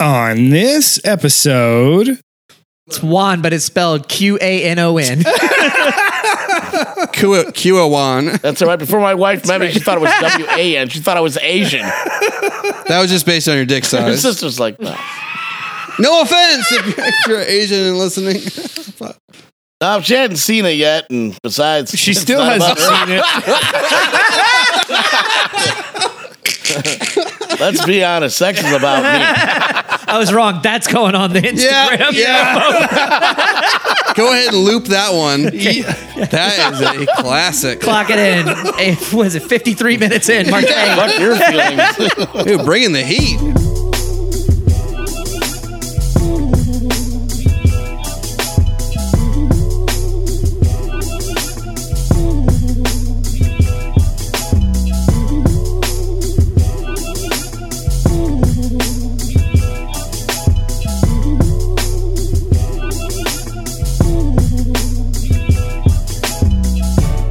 On this episode, It's Juan, but it's spelled Q A N O N. Kua, Kuawan. That's all right. Before my wife met me, she thought it was W A N. She thought I was Asian. That was just based on your dick Her size. sister's like, no. No offense if you're, if you're Asian and listening. No, she hadn't seen it yet. And besides, she it's still not hasn't about her. seen it. Let's be honest. Sex is about me. I was wrong. That's going on the Instagram. yeah. Go ahead and loop that one. That is a classic. Clock it in. It was it 53 minutes in. Mark A. Fuck your feelings. Dude, bringing the heat.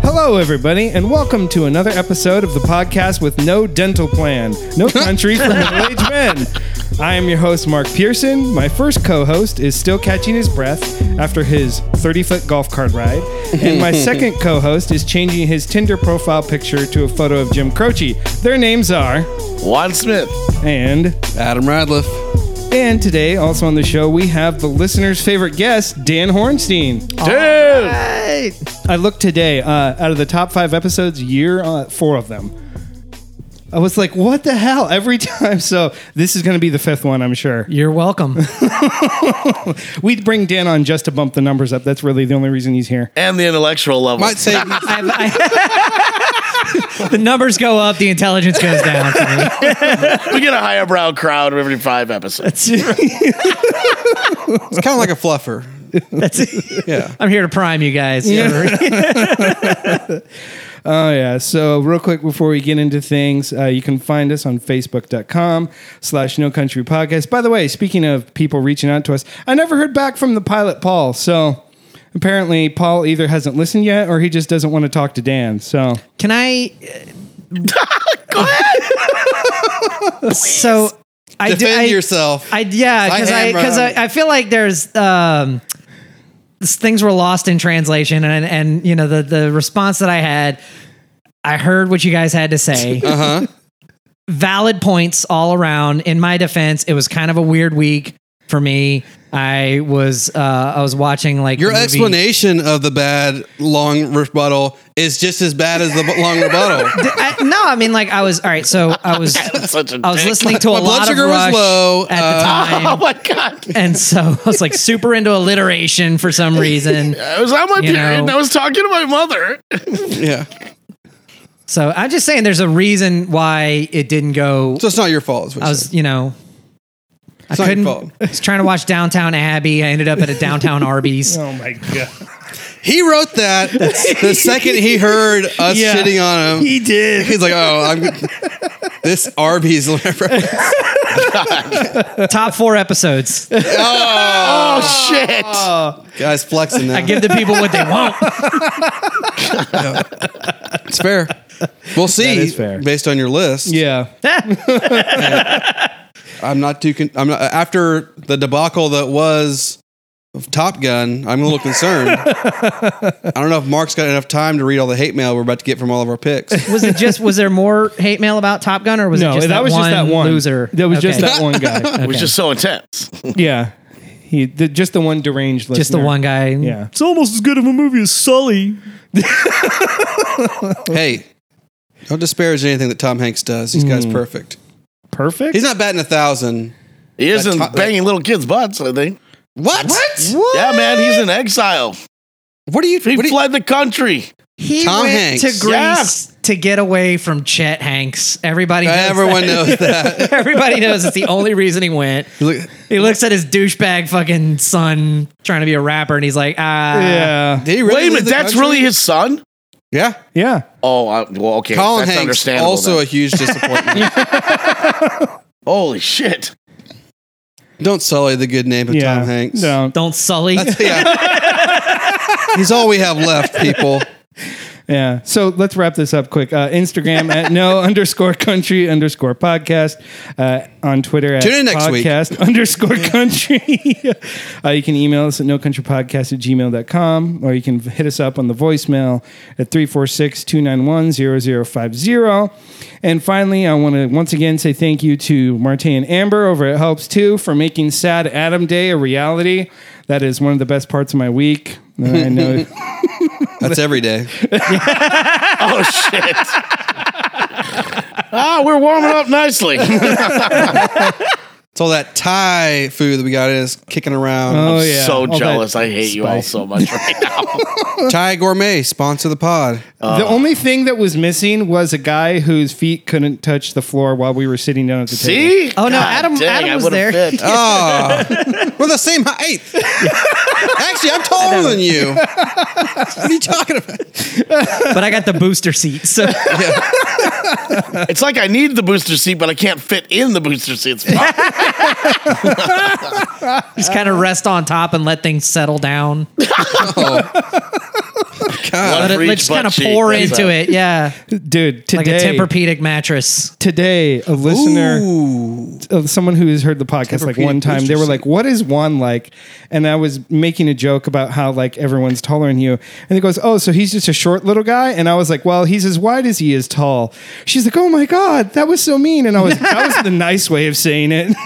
Hello, everybody, and welcome to another episode of the podcast with no dental plan, no country for middle-aged men. I am your host, Mark Pearson. My first co-host is still catching his breath after his 30-foot golf cart ride, and my second co-host is changing his Tinder profile picture to a photo of Jim Croce. Their names are Juan Smith. and Adam Radliff. and today also on the show we have the listener's favorite guest, Dan Hornstein. Dude. I looked today uh, out of the top five episodes, year uh, four of them. I was like, "What the hell?" Every time. So this is going to be the fifth one, I'm sure. You're welcome. We'd bring Dan on just to bump the numbers up. That's really the only reason he's here. And the intellectual level. Might say I- I- the numbers go up, the intelligence goes down. for me. We get a higher brow crowd every five episodes. it's kind of like a fluffer. That's it. Yeah. I'm here to prime you guys. Oh yeah. So real quick before we get into things, uh, you can find us on Facebook.com slash No Country Podcast. By the way, speaking of people reaching out to us, I never heard back from the pilot Paul. So apparently Paul either hasn't listened yet or he just doesn't want to talk to Dan. So Can I? so I do- Defend I- yourself. I yeah, because I am because I, wrong. I, feel like there's um s- things were lost in translation, and and you know the the response that I had, I heard what you guys had to say. uh huh. Valid points all around. In my defense, it was kind of a weird week for me. I was uh I was watching like Your the movie- explanation of the bad long rebuttal is just as bad as the b- long rebuttal. I, no, I mean like I was all right. So I was Such a I was dick. listening to a My blood lot sugar of was Rush low, at uh, the Oh time, my god! and so I was like super into alliteration for some reason. I was on my You period and know. I was talking to my mother. yeah. So I'm just saying, there's a reason why it didn't go. So it's not your fault. Is what I was, you know, I not your couldn't. fault. I was trying to watch Downtown Abbey. I ended up at a Downtown Arby's. Oh my god. he wrote that the second he heard us Yeah. shitting on him. He did. He's like, oh, I'm this Arby's. reference. Top four episodes. Oh, shit! Guys flexing I that. give the people what they want. it's fair. We'll see. That is fair. Based on your list, Yeah. I'm not too. Con- I'm not after the debacle that was of Top Gun. I'm a little concerned. I don't know if Mark's got enough time to read all the hate mail we're about to get from all of our picks. Was it just? Was there more hate mail about Top Gun, or was it No, just that, was just that one loser? That was just Okay. that one guy. It was just so intense. yeah. He the, just the one deranged listener. Just the one guy. Yeah. It's almost as good of a movie as Sully. hey, don't disparage anything that Tom Hanks does. This guy's perfect. Perfect. He's not batting a thousand. He isn't top- banging little kids' butts. I think. What? What? Yeah, man, he's in exile. What do you? He What do you fled the country. He Tom Hanks. went to Greece to get away from Chet Hanks. Everybody. Knows everyone knows that. Everybody knows it's the only reason he went. Look, He looks at his douchebag fucking son trying to be a rapper, and he's like, ah, yeah. did he really Wait a leave minute, the that's country? really his son. Yeah. Yeah. Oh, I, well, okay, Colin that's Hanks understandable. also a then. huge disappointment. holy shit! don't sully the good name of yeah. Tom Hanks. No. don't sully. That's, yeah. He's all we have left, people. Yeah. So let's wrap this up quick. Uh, Instagram at no underscore country underscore podcast. Uh, on Twitter at Tune in next week. podcast underscore country. uh, you can email us at nocountrypodcast at gmail.com or you can hit us up on the voicemail at 346 291 0050. And finally, I want to once again say thank you to Martin and Amber over at Helps 2 for making Sad Adam Day a reality. That is one of the best parts of my week. And I know. That's every day. Oh shit. Ah, we're warming up Oh, nicely. It's all that Thai food that we got is kicking around. Oh, yeah. so All that jealous. I hate you all spice. so much right now. Thai Gourmet, sponsor the pod. The Uh, only thing that was missing was a guy whose feet couldn't touch the floor while we were sitting down at the table. See? Oh, no, Adam- Adam was would've there. fit. Oh, we're the same height. Actually, I'm taller than you. What are you talking about? but I got the booster seat. So Oh, It's like I need the booster seat, but I can't fit in the booster seat. It's- just kind of rest on top and let things settle down. One Let it for each let just butt kind of cheek. pour That's into a- it. Yeah. Dude, Like a today, Tempur-Pedic mattress. today, a listener, Ooh, uh, someone who has heard the podcast like one time, they were like, "What is Juan like?" And I was making a joke about how like everyone's taller than you, and he goes, "Oh, so he's just a short little guy?" And I was like, "Well, he's as wide as he is tall." She's like, "Oh my god, that was so mean," and I was that was the nice way of saying it.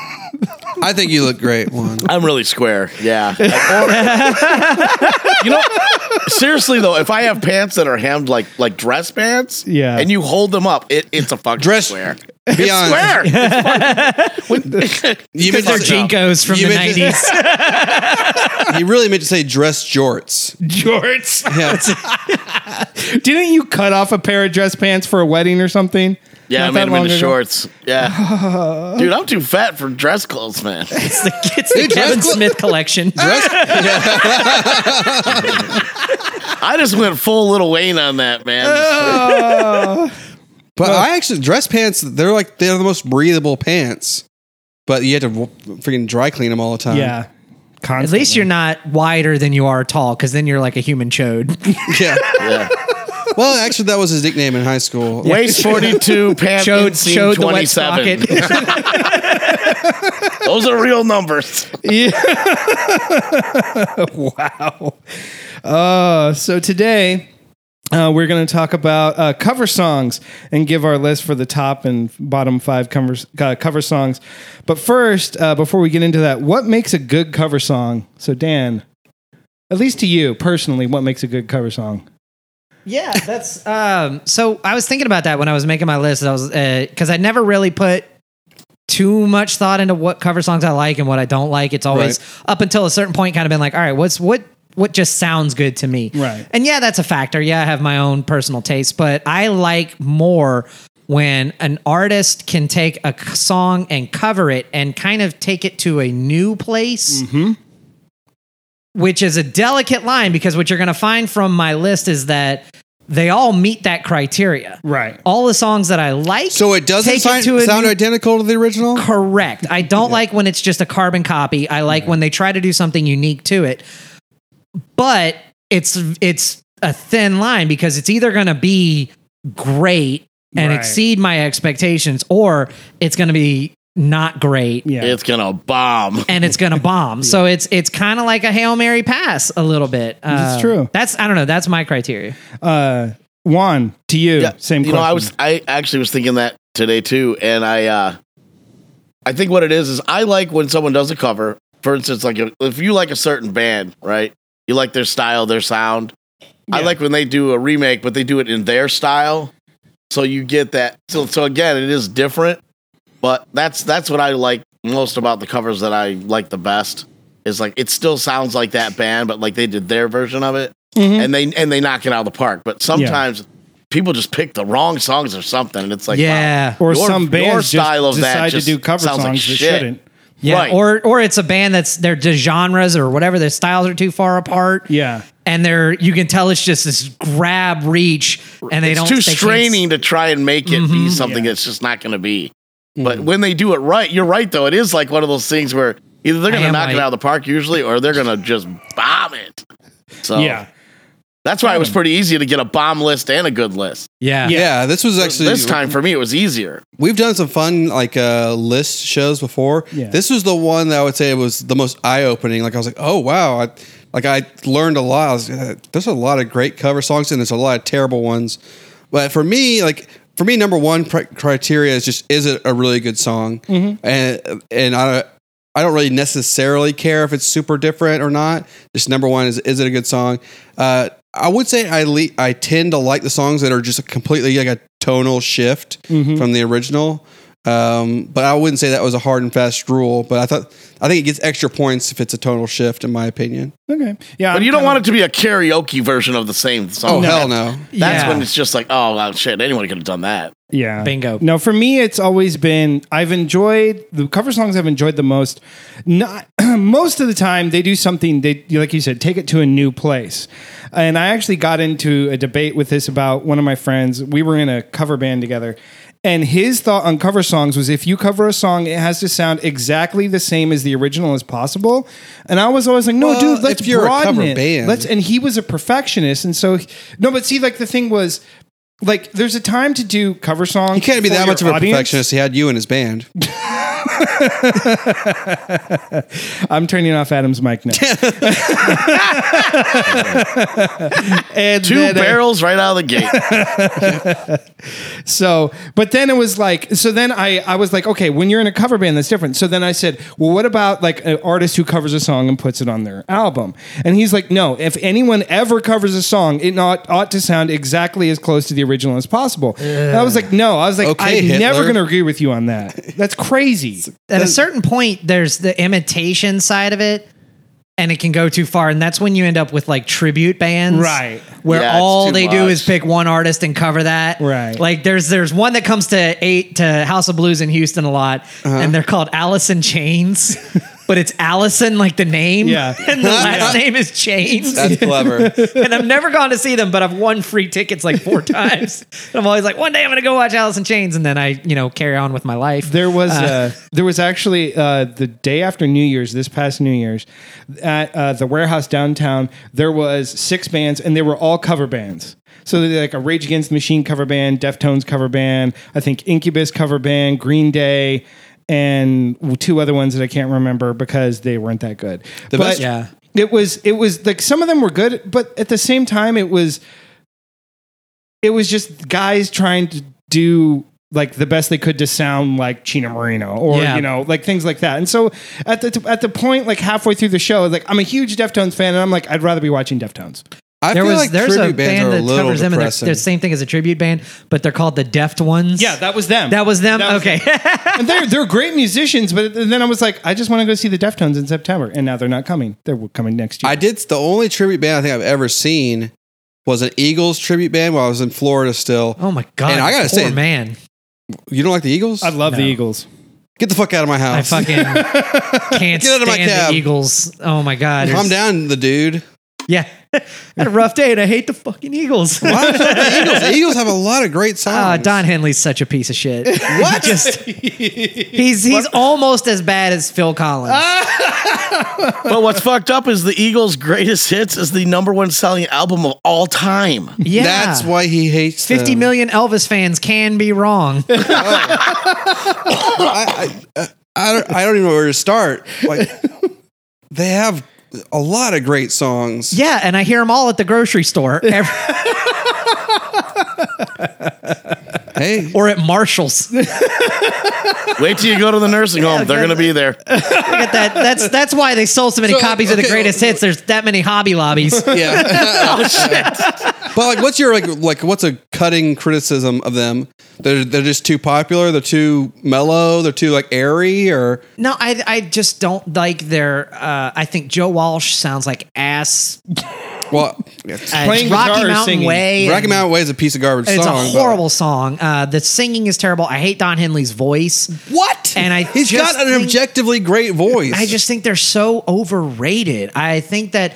I think you look great, Juan. I'm really square. Yeah. Like, or- you know, seriously though, if I have pants that are hemmed like like dress pants, Yeah. and you hold them up, it, it's a fucking Dress- square. Beyond Square. you meant They're to say- Jinkos from You the meant 90s. You really meant to say dress jorts. Jorts, Yeah, didn't you cut off a pair of dress pants for a wedding or something? Yeah, Not I that made them long into ago? shorts. Yeah. Dude, I'm too fat for dress clothes, man. It's the, it's the Dude, dress Kevin clo- Smith collection. I just went full little Wayne on that, man. but I actually dress pants. They're like they're the most breathable pants. But you have to w- freaking dry clean them all the time. Yeah, At least Um, Constantly. you're not wider than you are tall, because then you're like a human chode. yeah. Yeah. Well, actually, that was his nickname in high school. Waist 42, pants Chode, inseam chode the 27. wet socket. Those are real numbers. Yeah. wow. Uh, so today uh, we're going to talk about uh, cover songs and give our list for the top and bottom five cover, uh, cover songs. But first, uh, before we get into that, what makes a good cover song? So, Dan, at least to you personally, what makes a good cover song? Yeah, that's um so I was thinking about that when I was making my list. I was because I never really put too much thought into what cover songs I like and what I don't like. It's always up until a certain point kind of been like, all right, what's what what just sounds good to me. Right. And yeah, that's a factor. Yeah, I have my own personal taste, but I like more when an artist can take a c- song and cover it and kind of take it to a new place Mm-hmm. which is a delicate line because what you're going to find from my list is that they all meet that criteria. Right. All the songs that I like. So it doesn't take sound, to a sound new- identical to the original. correct. I don't like when it's just a carbon copy. I like when they try to do something unique to it. But it's it's a thin line because it's either going to be great and Right. exceed my expectations or it's going to be not great Yeah. It's going to bomb. and it's gonna bomb. So it's it's kind of like a hail mary pass a little bit. Uh, That's true. That's I don't know. That's my criteria. Uh, Juan, to you, same you question. know, I was I actually was thinking that today too, and I uh I think what it is is I like when someone does a cover. For instance, like if you like a certain band, right? You like their style, their sound. I Yeah. like when they do a remake, but they do it in their style. So you get that. So so again, it is different, but that's that's what I like most about the covers that I like the best. Is like it still sounds like that band, but like they did their version of it, Mm-hmm. and they and they knock it out of the park. But sometimes people just pick the wrong songs or something, and it's like wow. yeah. or your- some your bands style just of that decide just to do cover sounds songs like that shit. shouldn't. Yeah. right. Or or it's a band that's their de- genres or whatever. Their styles are too far apart. Yeah. And they're you can tell it's just this grab reach, and they it's don't. too they can't- Mm-hmm. straining to try and make it be something that's just not going to be. Mm. But when they do it right, you're right though. It is like one of those things where either they're I going to am knock it right. out of the park usually, or they're going to just bomb it. So Yeah. That's why it was pretty easy to get a bomb list and a good list. Yeah. Yeah, this was actually this time for me, it was easier. We've done some fun like uh, list shows before. Yeah. This was the one that I would say was the most eye opening. Like I was like, oh wow, I, like I learned a lot. I was, uh, there's a lot of great cover songs and there's a lot of terrible ones. But for me, like for me, number one pri- criteria is just is it a really good song, and and I I don't really necessarily care if it's super different or not. Just number one is is it a good song? Uh, I would say I le- I tend to like the songs that are just completely like a tonal shift Mm-hmm. from the original. Um, but I wouldn't say that was a hard and fast rule. But I thought I think it gets extra points if it's a tonal shift, in my opinion. Okay. Yeah. But I'm you don't kinda- want it to be a karaoke version of the same song. Oh hell no! That's Yeah. when it's just like, oh well, shit, anyone could have done that. Yeah. Bingo. No, for me, it's always been I've enjoyed the cover songs I've enjoyed the most. Not most of the time they do something they like you said take it to a new place. And I actually got into a debate with this about one of my friends. We were in a cover band together. And his thought on cover songs was if you cover a song, it has to sound exactly the same as the original as possible. And I was always like, no, Well, dude, let's if you're a broaden cover it. band. Let's and he was a perfectionist, and so no, but see, like the thing was, like there's a time to do cover songs. He can't be that much of a perfectionist. He had you in his band. I'm turning off Adam's mic now. and Two eh? then, uh, barrels right out of the gate. so, but then it was like, so then I, I was like, okay, when you're in a cover band, that's different. So then I said, well, what about like an artist who covers a song and puts it on their album? And he's like, no, if anyone ever covers a song, it not, ought to sound exactly as close to the original as possible. And I was like, no, I was like, Okay, I'm Hitler. never going to agree with you on that. That's crazy. At a certain point, there's the imitation side of it, and it can go too far, and that's when you end up with like tribute bands, Right. Where Yeah, it's all too they do much. is pick one artist and cover that, Right. Like there's there's one that comes to eight to House of Blues in Houston a lot, Uh-huh. and they're called Allison Chains. But it's Allison, like the name, Yeah. and the last name is Chains. That's clever. and I've never gone to see them, but I've won free tickets like four times. And I'm always like, one day I'm gonna go watch Alice in Chains, and then I, you know, carry on with my life. There was uh, there was actually uh, the day after New Year's, this past New Year's, at uh, the warehouse downtown. There was six bands, and they were all cover bands. So they like a Rage Against the Machine cover band, Deftones cover band, I think Incubus cover band, Green Day, and two other ones that I can't remember because they weren't that good. The but best- Yeah. it was it was like some of them were good, but at the same time, it was it was just guys trying to do like the best they could to sound like Chino Marino or Yeah. you know like things like that. And so at the at the point like halfway through the show, like I'm a huge Deftones fan, and I'm like I'd rather be watching Deftones. I there feel was like there's a tribute bands band are a that little covers them, and they're, depressing. they're the same thing as a tribute band, but they're called the Deft Ones. Yeah, that was them. that was them. That was okay, and they're they're great musicians, but then I was like I just want to go see the Deftones in September, and now they're not coming. They're coming next year. I did the only tribute band I think I've ever seen was an Eagles tribute band while I was in Florida. Still, oh my god! And I gotta poor say- man, you don't like the Eagles? I love the Eagles. Get the fuck out of my I house. fucking can't oh. Get out of my stand cab. the Eagles. Oh my god! Calm There's- down, the dude. Yeah, I had a rough day, and I hate the fucking Eagles. Why don't you like the Eagles? The Eagles have a lot of great songs. Ah, Don Henley's such a piece of shit. What? Just, he's he's almost as bad as Phil Collins. Ah, but what's fucked up is the Eagles' greatest hits is the number one selling album of all time. yeah, That's why he hates Fifty them. million Elvis fans can be wrong. I, I, uh, I, don't, I don't even know where to start. Like they have a lot of great songs. yeah, and I hear them all at the grocery store every, Hey, or at Marshalls. Wait till you go to the nursing home; they're gonna be there. Get that, that's that's why they sold so many So, copies of the okay, greatest hits. There's that many Hobby Lobbies. yeah. oh shit. But like, what's your like like what's a cutting criticism of them? They're they're just too popular. They're too mellow. They're too like airy. Or No, I I just don't like their. Uh, I think Joe Walsh sounds like ass. well, Uh, Playing Rocky guitar or Mountain singing? Way. Rocky Mountain Way is a piece of garbage It's song. a but- horrible song. Uh, the singing is terrible. I hate Don Henley's voice. What? And I he's just got an think- objectively great voice. I just think they're so overrated. I think that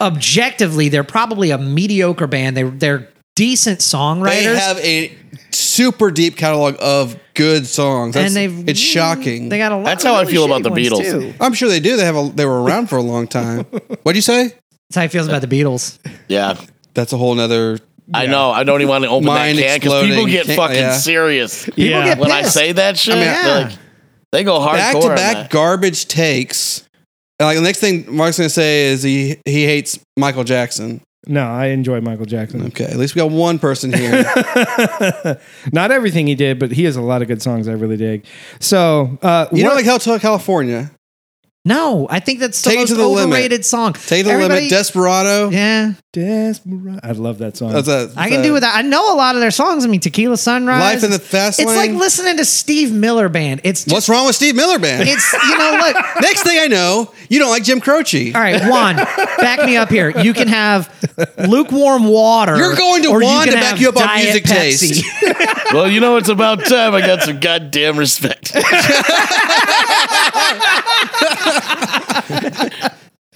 objectively, they're probably a mediocre band. They they're decent they songwriters. have a super deep catalog of good songs. That's, and they've it's shocking. They got a lot. That's of how I really feel about shitty the ones, Beatles. too. I'm sure they do. They have a, they were around for a long time. What'd you say? That's how he feels about the Beatles. Yeah, that's a whole nother. I know. I don't even want to open Mine that can because people exploding. get Can't- fucking yeah. serious People Yeah. get when I pissed. say that shit. mean, they're yeah. like, they go hardcore. Back to on back that. garbage takes. Like the next thing Mark's gonna say is he he hates Michael Jackson. No, I enjoy Michael Jackson. Okay, at least we got one person here. Not everything he did, but he has a lot of good songs I really dig. So, uh, You know, what- like Hotel California. No, I think that's the Take it most to the limit. overrated song. Take it to the Everybody- limit. Desperado. Yeah, Desperado. I love that song. That's a, I can do without. I know a lot of their songs. I mean, Tequila Sunrise, Life in the Fast It's like Lane. listening to Steve Miller Band. It's just, What's wrong with Steve Miller Band? it's you know, look. Next thing I know, you don't like Jim Croce. All right, Juan, back me up here. You can have lukewarm water. You're going to or you Juan can to back have you up on Diet music Pepsi. taste. Well, you know, it's about time I got some goddamn respect.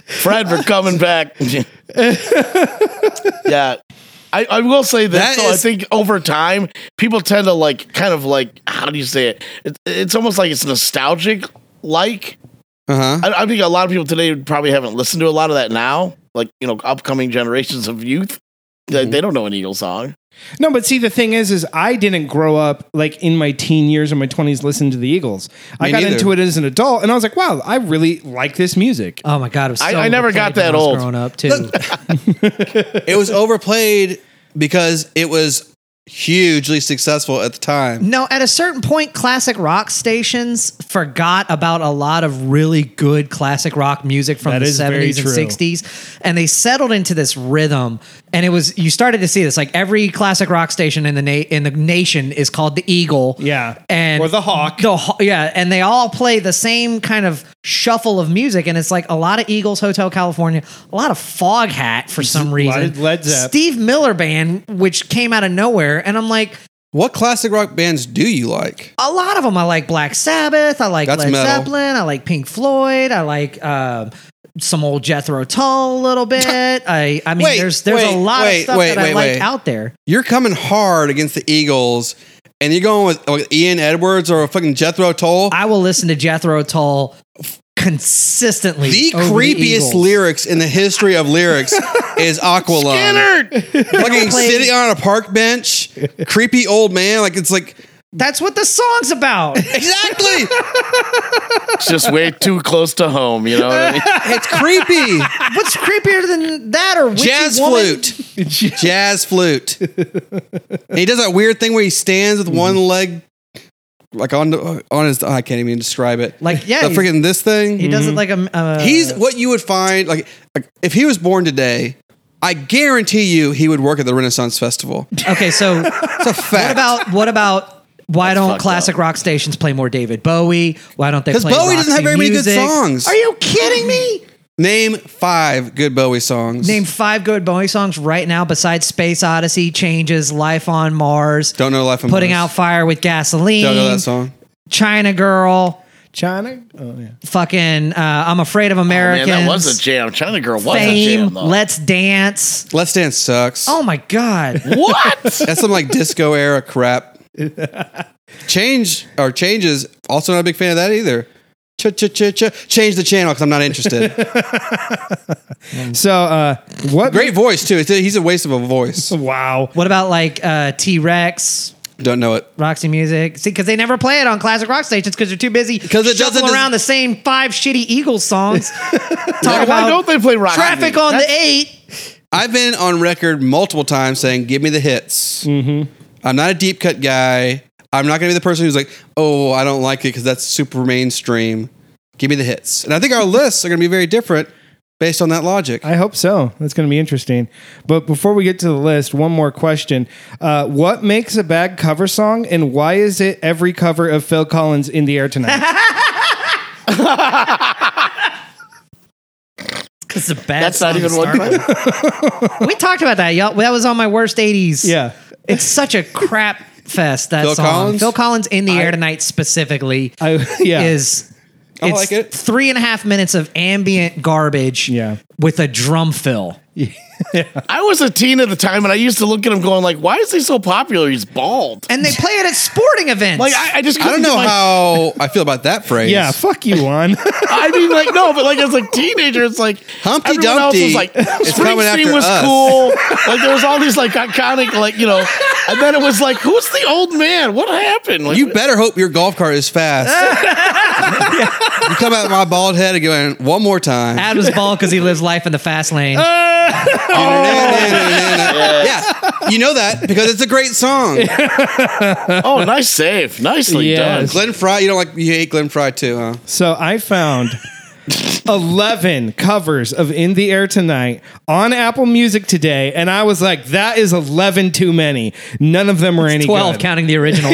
Fred, we're coming back. yeah. I, I will say That this, though. is- I think over time, people tend to like, kind of like, how do you say it? it it's almost like it's nostalgic like. Uh huh. I, I think a lot of people today probably haven't listened to a lot of that now. Like, you know, upcoming generations of youth, they, Mm-hmm. they don't know an Eagle song. No, but see, the thing is, is I didn't grow up like in my teen years or my twenties listening to the Eagles. I Me got neither. into it as an adult, and I was like, wow, I really like this music. Oh my god, it was so I- I never got overplayed when that I was old. Growing up too. It was overplayed because it was hugely successful at the time. No, at a certain point, classic rock stations forgot about a lot of really good classic rock music from That the is very 70s and true. 60s. And they settled into this rhythm. And it was, you started to see this like every classic rock station in the na- in the nation is called the Eagle. Yeah. And Or the Hawk. The Haw- yeah. And they all play the same kind of shuffle of music. And it's like a lot of Eagles, Hotel California, a lot of Fog Hat for some lot reason. of Led Zepp. Steve Miller Band, which came out of nowhere. And I'm like, What classic rock bands do you like? a lot of them. I like Black Sabbath. I like That's Led metal. Zeppelin. I like Pink Floyd. I like um some old Jethro Tull a little bit. I I mean, Wait, there's there's wait, a lot wait, of stuff wait, that I wait, like wait. out there. You're coming hard against the Eagles, and you're going with like, Ian Edwards or fucking Jethro Tull. I will listen to Jethro Tull consistently. the over creepiest Oh, Eagles. lyrics in the history of lyrics is Aqualung. Fucking Play- sitting on a park bench, creepy old man. Like it's like That's what the song's about. exactly. It's just way too close to home, you know what I mean? it's creepy. What's creepier than that or Witchy jazz Woman? flute. jazz flute. And he does that weird thing where he stands with one Mm-hmm. leg like on the- on his I can't even describe it. Like yeah, the he- freaking this thing. he does it like a. Uh, He's what you would find like, like if he was born today, I guarantee you he would work at the Renaissance Festival. okay. So It's a fact. What about what about why don't fucked classic rock stations play more David Bowie? Why don't they? Because Because Bowie doesn't have very many good songs. Are you kidding me? Name five good Bowie songs. Name five good Bowie songs right now besides Space Odyssey, Changes, Life on Mars, Don't know Life on Putting Out Mars. Fire with Gasoline, Don't know that song. China Girl, China. Oh yeah. fucking uh, I'm Afraid of Oh, Man, Americans, that was a jam. China Girl was a Fame, jam, though. Let's Dance. Let's Dance sucks. Oh my God. what? That's some like disco era crap. Change or changes. Also, not a big fan of that either. Ch ch ch ch. Change the channel because I'm not interested. So, uh, what? Great voice too. It's a- he's a waste of a voice. Wow. what about like uh, T Rex? Don't know it. Roxy Music. See, because they never play it on classic rock stations because they're too busy 'Cause it doesn't- shuffling around the same five shitty Eagles songs. Talk Why about don't they play rock? traffic music? on the eight. I've been on record multiple times saying, "Give me the hits." Mm-hmm. I'm not a deep cut guy. I'm not going to be the person who's like, "Oh, I don't like it because that's super mainstream." Give me the hits, and I think our lists are going to be very different based on that logic. I hope so. That's going to be interesting. But before we get to the list, one more question: uh, What makes a bad cover song, and why is it every cover of Phil Collins in the air tonight? Because the bad. That's not song even to one. start with. we talked about that, y'all. That was on my worst '80s. yeah. it's such a crap fest. That Phil song. Collins? Phil Collins in the air tonight specifically I yeah. is. I it's like it. Three and a half minutes of ambient garbage. Yeah. with a drum fill. I was a teen at the time, and I used to look at him going like, "Why is he so popular? He's bald." And they play it at sporting events. Like I, I just I couldn't don't know get my- how I feel about that phrase. Yeah, fuck you, Juan. I mean, like no, but like as a teenager, it's like Humpty everyone else Dumpty was like is coming after Springsteen was us. cool. Like there was all these like iconic, like you know, and then it was like, who's the old man? What happened? Like, You better hope your golf cart is fast. You come out my bald head again one more time. Ad was bald because he lives life in the fast lane. Oh. Yeah, you know that because it's a great song. Oh, nice save, nicely Yes. done. Glenn Fry, you don't like you hate Glenn Fry too, huh? So I found 11 covers of In the Air Tonight on Apple Music today, and I was like, that is 11 too many. None of them were any Twelve, good. counting the original.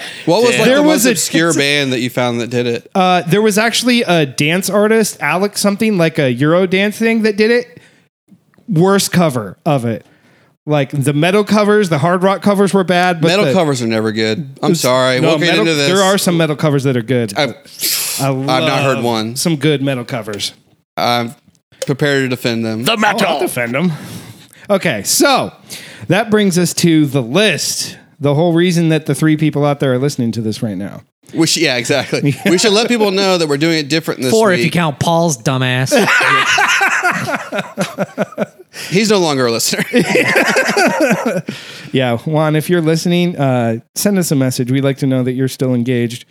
What was like There the was most a- obscure band that you found that did it? Uh, there was actually a dance artist, Alex something, like a Euro dance thing that did it. Worst cover of it. Like the metal covers, the hard rock covers were bad. But metal the- covers are never good. I'm sorry. No, we'll get metal- into this. There are some metal covers that are good. I've, I I've not heard love one. Some good metal covers. I'm prepared to defend them. The I'll metal. defend them. Okay, so that brings us to the list. The whole reason that the three people out there are listening to this right now. We should, yeah, exactly. we should let people know that we're doing it different this Four, week. if you count Paul's dumbass. He's no longer a listener. Yeah, Juan, if you're listening, uh, send us a message. We'd like to know that you're still engaged.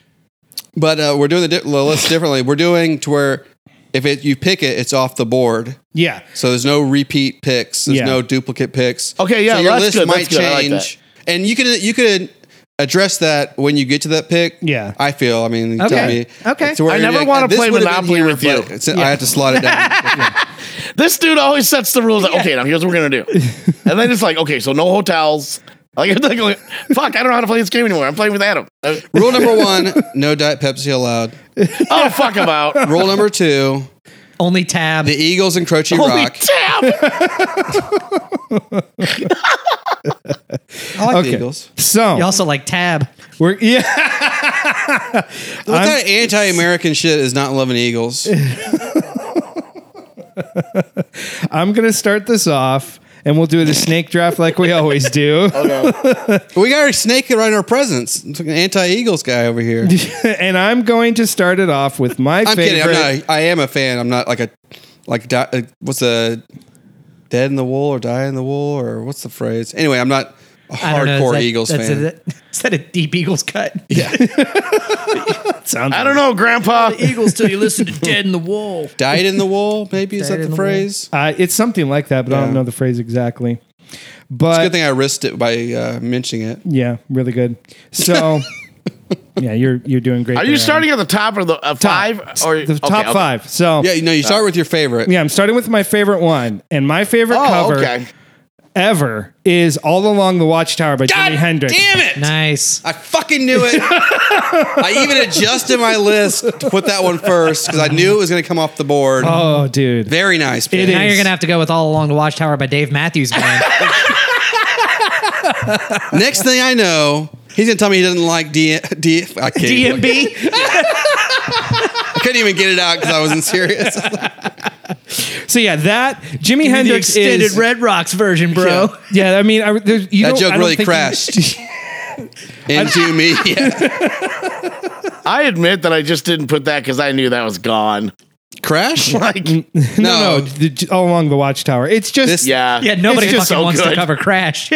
but uh, we're doing the, di- the list differently. We're doing to where if it, you pick it, it's off the board. Yeah. So there's no repeat picks. There's Yeah. no duplicate picks. Okay, yeah, so your that's list good, might that's good, I like change, and you can you could address that when you get to that pick. Yeah. I feel. I mean, you Okay, tell me. okay. to where I you're never like, wanna this play would've been Monopoly here, with but you. it's- I have to slot it down. This dude always sets the rules. Like, okay, now here's what we're gonna do, and then it's like, okay, so no hotels. Like, like, like, fuck, I don't know how to play this game anymore. I'm playing with Adam. Uh, Rule number one: no diet Pepsi allowed. Oh, fuck about. Rule number two: Only tab. the Eagles and Crunchy Holy Rock. tap. I like Okay. the Eagles. So You also like tab. we're yeah. What kind of anti-American shit is not loving Eagles? I'm gonna start this off, and we'll do the snake draft like we always do. we got a snake right in our presence. It's like an anti-Eagles guy over here. and I'm going to start it off with my I'm favorite. kidding. I'm not. I am a fan. I'm not like a like di- uh, what's a dead in the wool or die in the wool or what's the phrase? Anyway, I'm not a I don't know, is hardcore that- Eagles that's fan. A, is that a deep Eagles cut? Sounds I don't know, Grandpa. Eagles till you listen to Dead in the Wall. Died in the wool, maybe is Died that the in the phrase? Uh, it's something like that, but I don't Yeah. know the phrase exactly. But Good thing I risked it by uh, mentioning it. Yeah, really good. So, yeah, you're you're doing great. Are there, you Adam. starting at the top or the uh, five or the okay, top okay. five? So Yeah, yeah. you uh, know, you start with your favorite. I'm starting with my favorite one, and my favorite Oh, cover okay. ever is "All Along the Watchtower" by God Jimi Hendrix. damn it! Nice. I fucking knew it. I even adjusted my list to put that one first because I knew it was going to come off the board. Oh, dude, Very nice. pick. It Now is. you're gonna have to go with "All Along the Watchtower" by Dave Matthews Band. Next thing I know, he's going to tell me he doesn't like D. D I can't even look. DMB. I couldn't even get it out because I wasn't serious. so yeah, that Jimi the Hendrix extended is. Red Rocks version, bro. yeah, I mean, I, there's- you That don't- joke I don't really think you- crashed. Into me. Yeah. I admit that I just didn't put that because I knew that was gone. Crash? Like, no, No. no, the, all along the Watchtower. It's just This- yeah, Yeah, nobody It's fucking just so wants to good. cover Crash.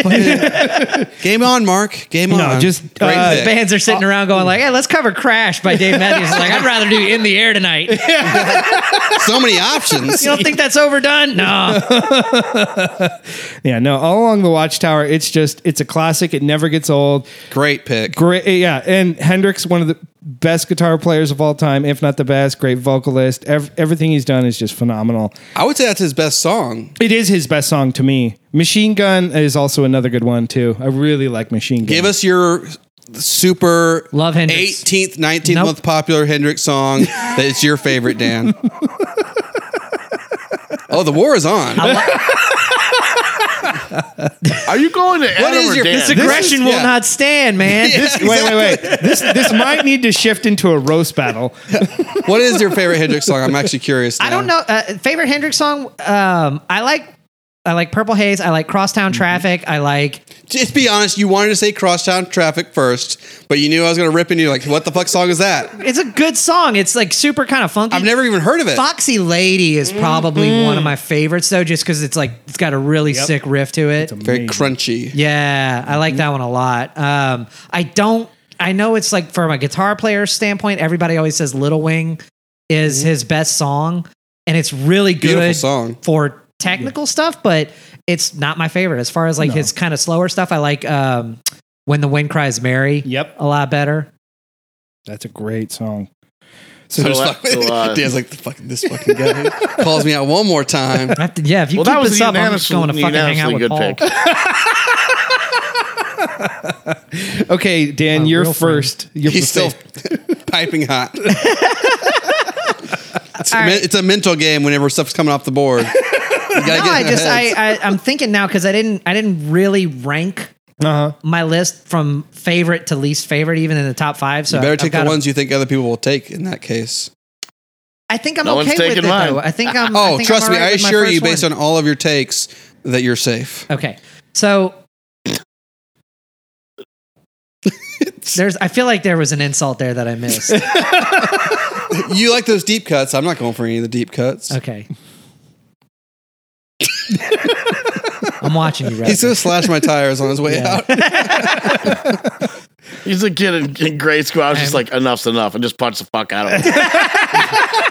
Game on, Mark. Game on. No, just, Great uh, pick. Bands are sitting around going like, "Hey, let's cover Crash by Dave Matthews." It's like, I'd rather do "In the Air Tonight." You so many options. don't think that's overdone? No. yeah, no, all along the Watchtower. It's just it's a classic. It never gets old. Great pick. Great, yeah, and Hendrix, one of the best guitar players of all time, if not the best. Great vocalist. Ev- everything he's done is just phenomenal. I would say that's his best song. It is his best song to me. Machine Gun is also another good one too. I really like Machine Gun. Give us your super Love Hendrix. 18th, 19th Nope. month popular Hendrix song that is your favorite, Dan. oh, the war is on. Are you going to What Adam is or your- Dan? this This aggression will yeah. not stand, man. This- Wait, wait, wait. This this might need to shift into a roast battle. What is your favorite Hendrix song? I'm actually curious. I don't now. know. Uh, favorite Hendrix song? Um, I like. I like Purple Haze. I like Crosstown Mm-hmm. Traffic. I like. Just be honest. You wanted to say Crosstown Traffic first, but you knew I was going to rip into you. Like, what the fuck song is that? It's a good song. It's like super kind of funky. I've never even heard of it. Foxy Lady is probably one of my favorites though, just because it's like it's got a really sick riff to it. Very crunchy. Yeah, I mm-hmm. like that one a lot. Um, I don't. I know it's like from a guitar player standpoint, everybody always says Little Wing is his best song, and it's really good Mm-hmm. Beautiful song. for technical stuff, but it's not my favorite as far as like his kind of slower stuff. I like um, When the Wind Cries Mary. Yep. a lot better. That's a great song. So just uh, fuck- so, uh, Dan's like, fucking, this fucking guy calls me out one more time. I have to- yeah, if you Well, keep that was this a up, I'm just going to unanimously- fucking hang out with unanimously Paul. good Okay, Dan, Oh, you're real first. You're He's still first. piping hot. it's, a All men- right. it's a mental game whenever stuff's coming off the board. You gotta No, get I in the just I, heads. I I'm thinking now because I didn't I didn't really rank Uh-huh. my list from favorite to least favorite, even in the top five. So you better I've take the got a- ones you think other people will take in that case. I think I'm No one's okay with it taking mine. though. I think I'm. Oh, think I'm trust all me, right I with my assure first you, based one. on all of your takes, that you're safe. Okay, so. There's, I feel like there was an insult there that I missed. you like those deep cuts. I'm not going for any of the deep cuts. Okay. I'm watching you, right? He's gonna slash my tires on his way Yeah. out. He's a kid in, in grade school. I was just I'm- like, enough's enough, and just punch the fuck out of him.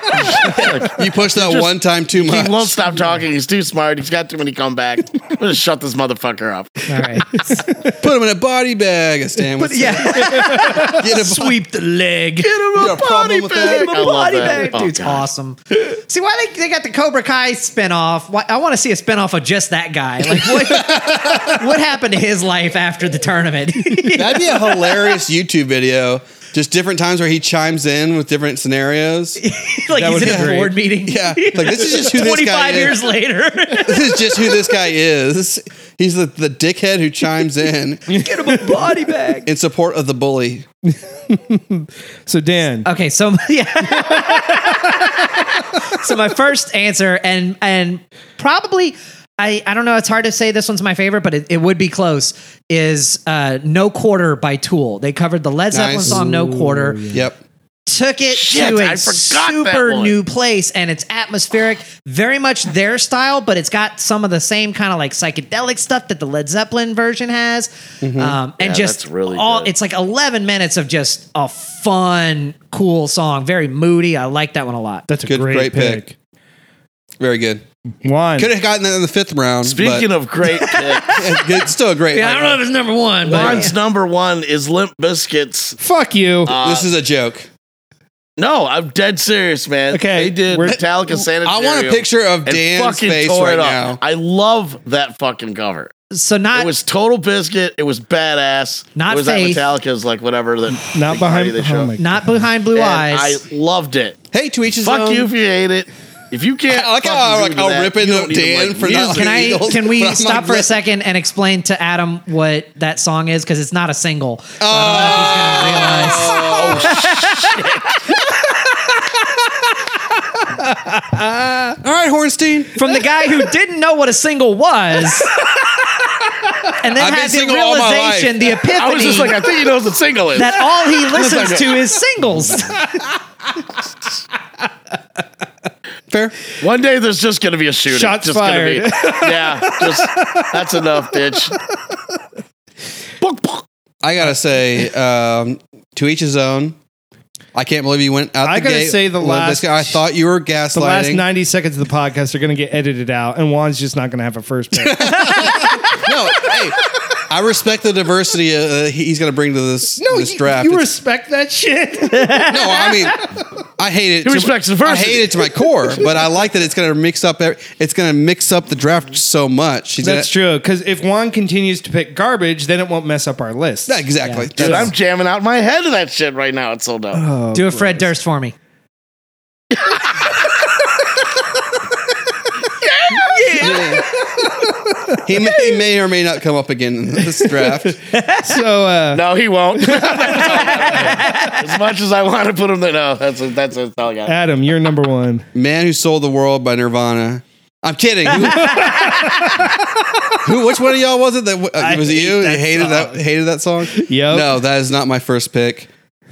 You pushed that one time too He much. won't stop talking. He's too smart. He's got too many comebacks. I'm gonna shut this motherfucker up. All right. Put him in a body bag. As Stan would say. yeah. Get a bo- Sweep the leg. you got a problem with that? Give him I a love body that. bag. Oh, Dude's God. awesome. See why they, they got the Cobra Kai spinoff. Why, I want to see a spinoff of just that guy. Like what, what happened to his life after the tournament? That'd be a hilarious YouTube video. Just different times where he chimes in with different scenarios. like would he's in be a great. board meeting. Yeah, like this is just who this guy 25 years is. later. This is just who this guy is. He's the, the dickhead who chimes in Get him a body bag. in support of the bully. So Dan, Okay, so yeah. so my first answer, and and probably I I don't know. It's hard to say this one's my favorite, but it, it would be close. Is uh, No Quarter by Tool? They covered the Led Zeppelin Nice. song No Quarter. Yep. Took it Shit, to I forgot a that super one. new place, and it's atmospheric, very much their style, but it's got some of the same kind of like psychedelic stuff that the Led Zeppelin version has, um, and Mm-hmm. Yeah, just that's really all good. it's like 11 minutes of just a fun, cool song, very moody. I like that one a lot. that's a Good- great, great pick. pick. Very good. One. Could have gotten that in the fifth round. Speaking but of great picks, it's good- still a great. Yeah, I don't know if it's number one, but Ron's number one is Limp Biscuits. Fuck you. this is a joke. No, I'm dead serious, man. Okay, they did we're- Metallica I Sanitarium. want a picture of and Dan's fucking face tore right it up. now. I love that fucking cover. so It not was total biscuit. It was badass. Not it was Faith. that Metallica's like whatever that Not big party behind. they Oh show. my not behind blue And I eyes. loved it. Hey, to each his Fuck own. you if you hate it. If you can't, I like how I- fucking do like, to I'll that, rip you into don't need to Dan like for music. not- Oh, can I Eagles, can we but I'm stop like, for a "Look." second and explain to Adam what that song is because it's not a single. So Uh, Oh. I don't know if he's gonna realize. All right, Hornstein. from the guy who didn't know what a single was. And then I've been had the single all my realization, the epiphany I was just like, I think he knows what single is. that all he listens to is singles. Fair. One day there's just gonna be a shooting. Shots just Gonna be, yeah, just that's enough, bitch. Uh, I gotta say, um, to each his own. I can't believe you went out. I the gotta gate say the with last- this guy. I thought you were gaslighting. The last 90 seconds of the podcast are going to get edited out, and Juan's just not going to have a first pick. no, hey, I respect the diversity uh, he- he's going to bring to this this you, draft. you It's- respect that shit? no, I mean, I hate it. He to- respects I diversity. hate it to my core, but I like that it's going to mix up. every- It's going to mix up the draft so much. He's That's gonna, true. Because if Juan continues to pick garbage, then it won't mess up our list. Yeah, exactly. Dude, That's- I'm jamming out my head to that shit right now. It's so dumb. Oh, Do a Fred Durst for me. he, may, he may or may not come up again in this draft. So uh, No, he won't. as much as I want to put him there, no, that's that's, that's all I got. Adam, you're number one. Man Who Sold the World by Nirvana. I'm kidding. Who, which one of y'all was it? That uh, was it hate you? that that hated that hated that song. Yep. No, that is not my first pick.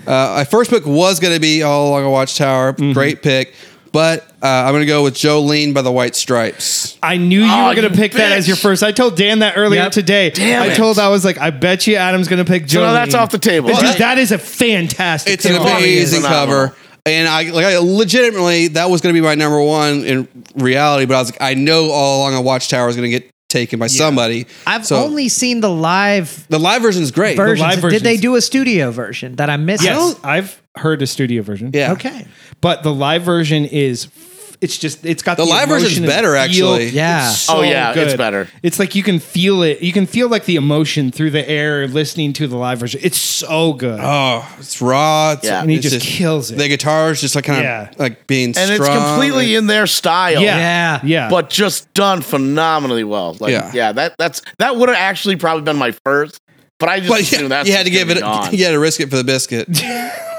Uh, my first pick was going to be All Along a Watchtower. Great pick, but uh, I'm going to go with Jolene by the White Stripes. I knew you Aw, were going to you pick that as your bitch. first. I told Dan that earlier Yep. today. Damn I it. told I was like, I bet you Adam's going to pick Jolene. So now that's off the table. Because Well, that is a fantastic. It's an cover. amazing Phenomenal. cover. And I like I legitimately that was going to be my number one in reality, but I was like, I know all along a watchtower is going to get taken by somebody. I've So, only seen the live the live version is great. version. live Did they versions. do a studio version that I missed? Yes, I've heard a studio version. Yeah. Okay. but the live version is. f- It's just it's got The live version's emotion and better, feel. actually. Yeah. It's so Oh, yeah, it's good. better. It's like you can feel it. You can feel like the emotion through the air listening to the live version. It's so good. Oh, it's raw. It's, Yeah. and he it's just, kills it. The guitar is just like kind of Yeah. like being and it's strung. completely in their style. yeah, Oh, Yeah. yeah. But just done phenomenally well. Like, Yeah. yeah, that that's that would have actually probably been my first. But I just But knew you, that's you had to just give gonna it. be gone. You had to risk it for the biscuit.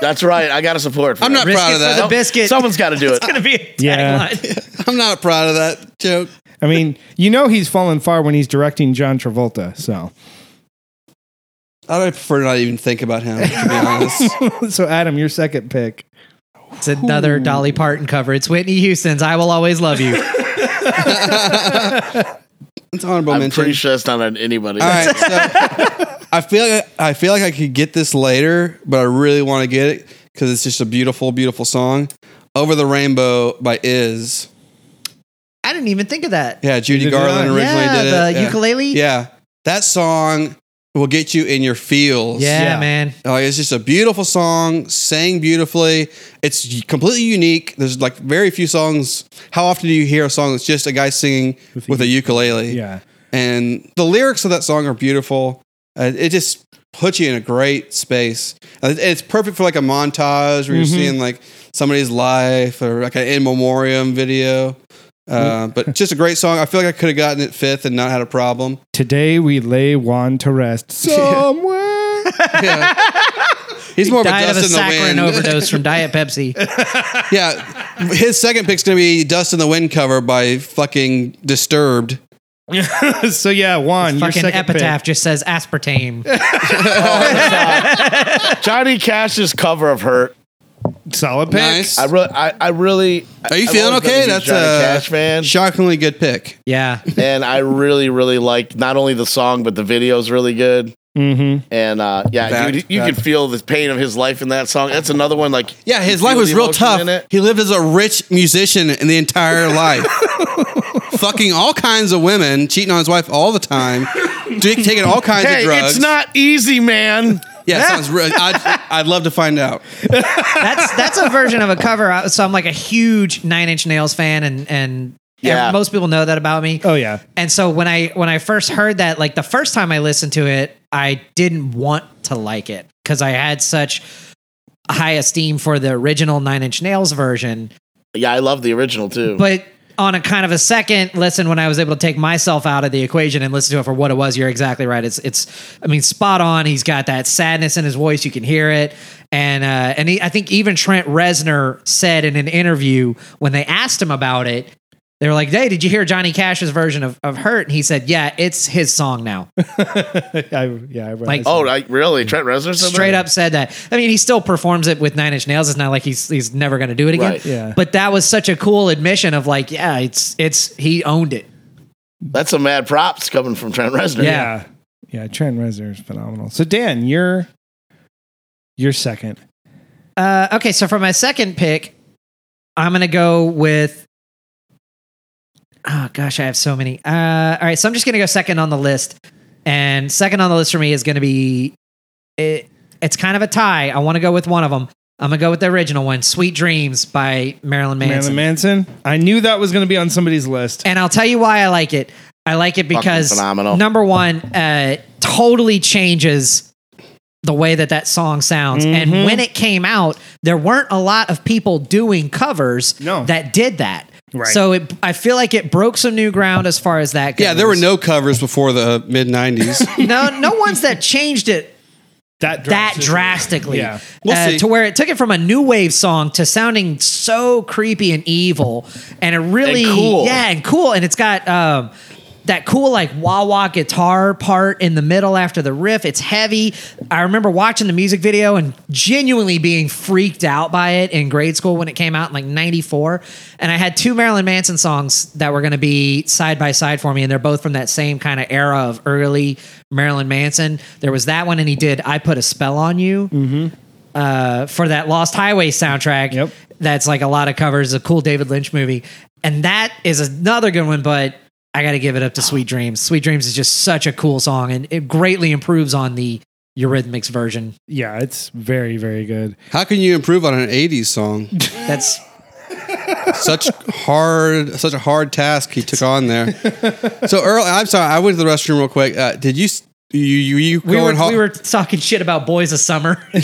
That's right. I got to support. For I'm that. not proud Biscuit of for the that. biscuit. Someone's got to do it. It's gonna be a Yeah. tagline. I'm not proud of that joke. I mean, you know he's fallen far when he's directing John Travolta. So, I would prefer not even think about him. To be honest, so Adam, your second pick. It's another Dolly Parton cover. It's Whitney Houston's "I Will Always Love You." it's honorable I'm mention. pretty sure it's not on anybody. All right, so I feel like I feel like I could get this later, but I really want to get it because it's just a beautiful, beautiful song. Over the Rainbow by Iz. I didn't even think of that. Yeah, Judy Neither did Garland I. originally Yeah, did it. the yeah. ukulele? Yeah, that song will get you in your feels. Yeah, Yeah. man. Like, Oh, it's just a beautiful song, sang beautifully. It's completely unique. There's like very few songs. How often do you hear a song that's just a guy singing with, With a a ukulele? Yeah. And the lyrics of that song are beautiful. Uh, it just puts you in a great space. Uh, it- It's perfect for like a montage where you're Mm-hmm. seeing like somebody's life or like an in memoriam video. Uh, but just a great song. I feel like I could have gotten it fifth and not had a problem. Today we lay Juan to rest somewhere. He's more of a Died of dust in a the saccharine wind. overdose from Diet Pepsi. Yeah, his second pick's gonna be "Dust in the Wind" cover by fucking Disturbed. so yeah, Juan, your Fucking second epitaph just says aspartame. Johnny Cash's cover of "Hurt." pick. Solid pick. Nice. I really, I, I really. Are you I've feeling always been okay? huge That's uh, Johnny a Cash fan. shockingly good pick. Yeah. and I really, really like not only the song but the video's really good. Mm-hmm. And uh, yeah, Fact, dude, you fact. can feel the pain of his life in that song. That's another one. Like, Yeah, you his feel life was the real emotion tough. in it. He lived as a rich musician in the entire life, fucking all kinds of women, cheating on his wife all the time, dick- taking all kinds Hey, of drugs. it's not e-, easy, man. Yeah, it sounds. Real, I'd, I'd love to find out. That's that's a version of a cover. I- So I'm like a huge Nine Inch Nails fan, and and Yeah. ev- most people know that about me. Oh yeah. And so when I when I first heard that, like the first time I listened to it, I didn't want to like it because I had such high esteem for the original Nine Inch Nails version. Yeah, I love the original too. But on a kind of a second listen, when I was able to take myself out of the equation and listen to it for what it was, you're exactly right. It's it's I mean spot on. He's got that sadness in his voice. You can hear it. And uh, and he, I think even Trent Reznor said in an interview when they asked him about it, they were like, "Hey, did you hear Johnny Cash's version of, of Hurt?" And he said, "Yeah, it's his song now." I, yeah. I Like- oh, like really, Trent Reznor? said Straight that? up said that. I mean, he still performs it with Nine Inch Nails. It's not like he's he's never going to do it again. Right. Yeah. But that was such a cool admission of like, yeah, it's it's he owned it. That's some mad props coming from Trent Reznor. Yeah. yeah. Yeah. Trent Reznor is phenomenal. So Dan, you're you're second. Uh, okay, so for my second pick, I'm gonna go with. Oh gosh, I have so many. Uh, all right, so I'm just gonna go second on the list, and second on the list for me is gonna be. It, it's kind of a tie. I want to go with one of them. I'm gonna go with the original one, "Sweet Dreams" by Marilyn Marilyn Manson. Manson. I knew that was going to be on somebody's list. and I'll tell you why I like it. I like it because phenomenal. number one, uh, totally changes the way that that song sounds. Mm-hmm. And when it came out, there weren't a lot of people doing covers No. that did that. Right. So it, I feel like it broke some new ground as far as that goes. Yeah, there were no covers before the mid '90s. no no ones that changed it that that drastic- drastically Yeah. We'll uh, see. to where it took it from a new wave song to sounding so creepy and evil and it really And cool. yeah and cool and it's got um that cool like wah wah guitar part in the middle after the riff it's heavy i remember watching the music video and genuinely being freaked out by it in grade school when it came out in like 94 and i had two marilyn manson songs that were going to be side by side for me and they're both from that same kind of era of early marilyn manson there was that one and he did i put a spell on you uh, for that Lost Highway soundtrack. Yep. That's like a lot of covers, a cool David Lynch movie. And that is another good one, but I got to give it up to Sweet Dreams. Sweet Dreams is just such a cool song and it greatly improves on the Eurythmics version. Yeah, it's very very good. How can you improve on an '80s song? That's such hard, such a hard task he took on there. So Earl, I'm sorry, I went to the restroom real quick. Uh, did you? s- You you, you we going were, ho- we were talking shit about Boys of Summer. Oh,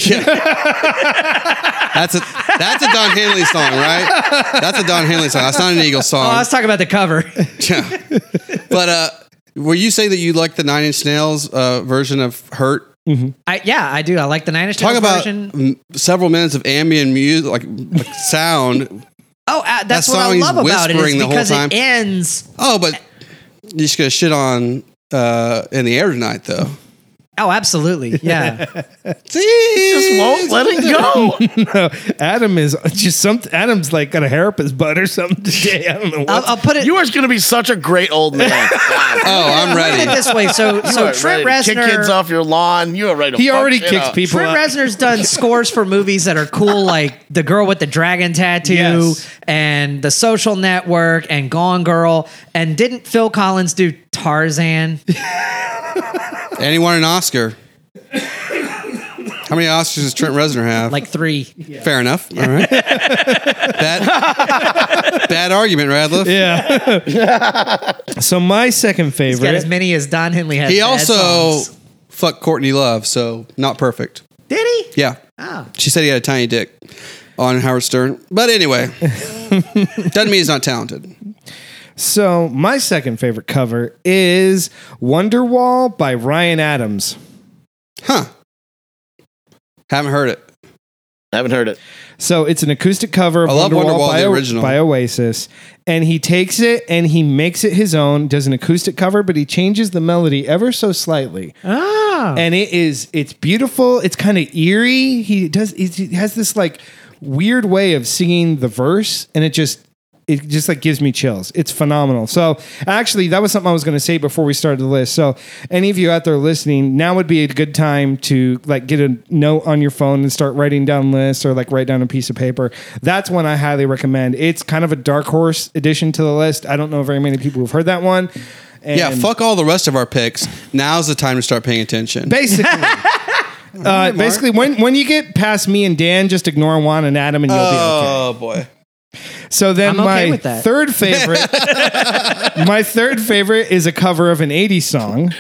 That's a that's a Don Henley song, right? That's a Don Henley song. That's not an Eagles song. Oh, I was talking about the cover. Yeah. But uh, were you saying that you like the Nine Inch Nails uh, version of "Hurt"? I, yeah, I do. I like the Nine Inch Talk Nails about version. m- several minutes of ambient music, like, like sound. Oh, uh, that's that what song I he's love about it is whispering the whole because time. it ends. Oh, but you're just gonna shit on uh, in the air tonight, though. Oh, absolutely. Yeah. Just won't let it go. Adam is just some. Adam's like got a hair up his butt or something today. I don't know. What. I'll, I'll put it. you are going to be such a great old man. God. Oh, I'm Put ready. it this way. So, You so are Trent ready to Kick kids Reznor, off your lawn. You are ready. To he fuck already shit kicks up. people. up. Trent Reznor's done scores for movies that are cool, like The Girl with the Dragon Tattoo Yes. and The Social Network and Gone Girl. And didn't Phil Collins do Tarzan? Anyone an Oscar? How many Oscars does Trent Reznor have? Like three. fair enough. All right. bad, bad argument, Radliff. Yeah. so my second He's got as favorite. many as Don Henley has. He bad also songs. fucked Courtney Love, so not perfect. did he? Yeah. Oh. She said he had a tiny dick on Howard Stern. But anyway, doesn't mean he's not talented. So my second favorite cover is Wonderwall by Ryan Adams. Huh. Haven't heard it. Haven't heard it. So it's an acoustic cover of I love Wonderwall, Wonderwall, by, the O- original. by Oasis, and he takes it and he makes it his own. Does an acoustic cover, but he changes the melody ever so slightly. Oh. and it is it's beautiful it's kind of eerie he does he's- he has this like weird way of singing the verse and it just it just like gives me chills it's phenomenal so actually that was something i was going to say before we started the list so any of you out there listening now would be a good time to like get a note on your phone and start writing down lists or like write down a piece of paper that's one i highly recommend it's kind of a dark horse addition to the list i don't know very many people who've heard that one and Yeah, fuck all the rest of our picks. Now's the time to start paying attention. Basically. Uh, basically, when when you get past me and Dan, just ignore Juan and Adam, and you'll Oh boy. be okay. So then, I'm okay my with that. third favorite, my third favorite is a cover of an '80s song.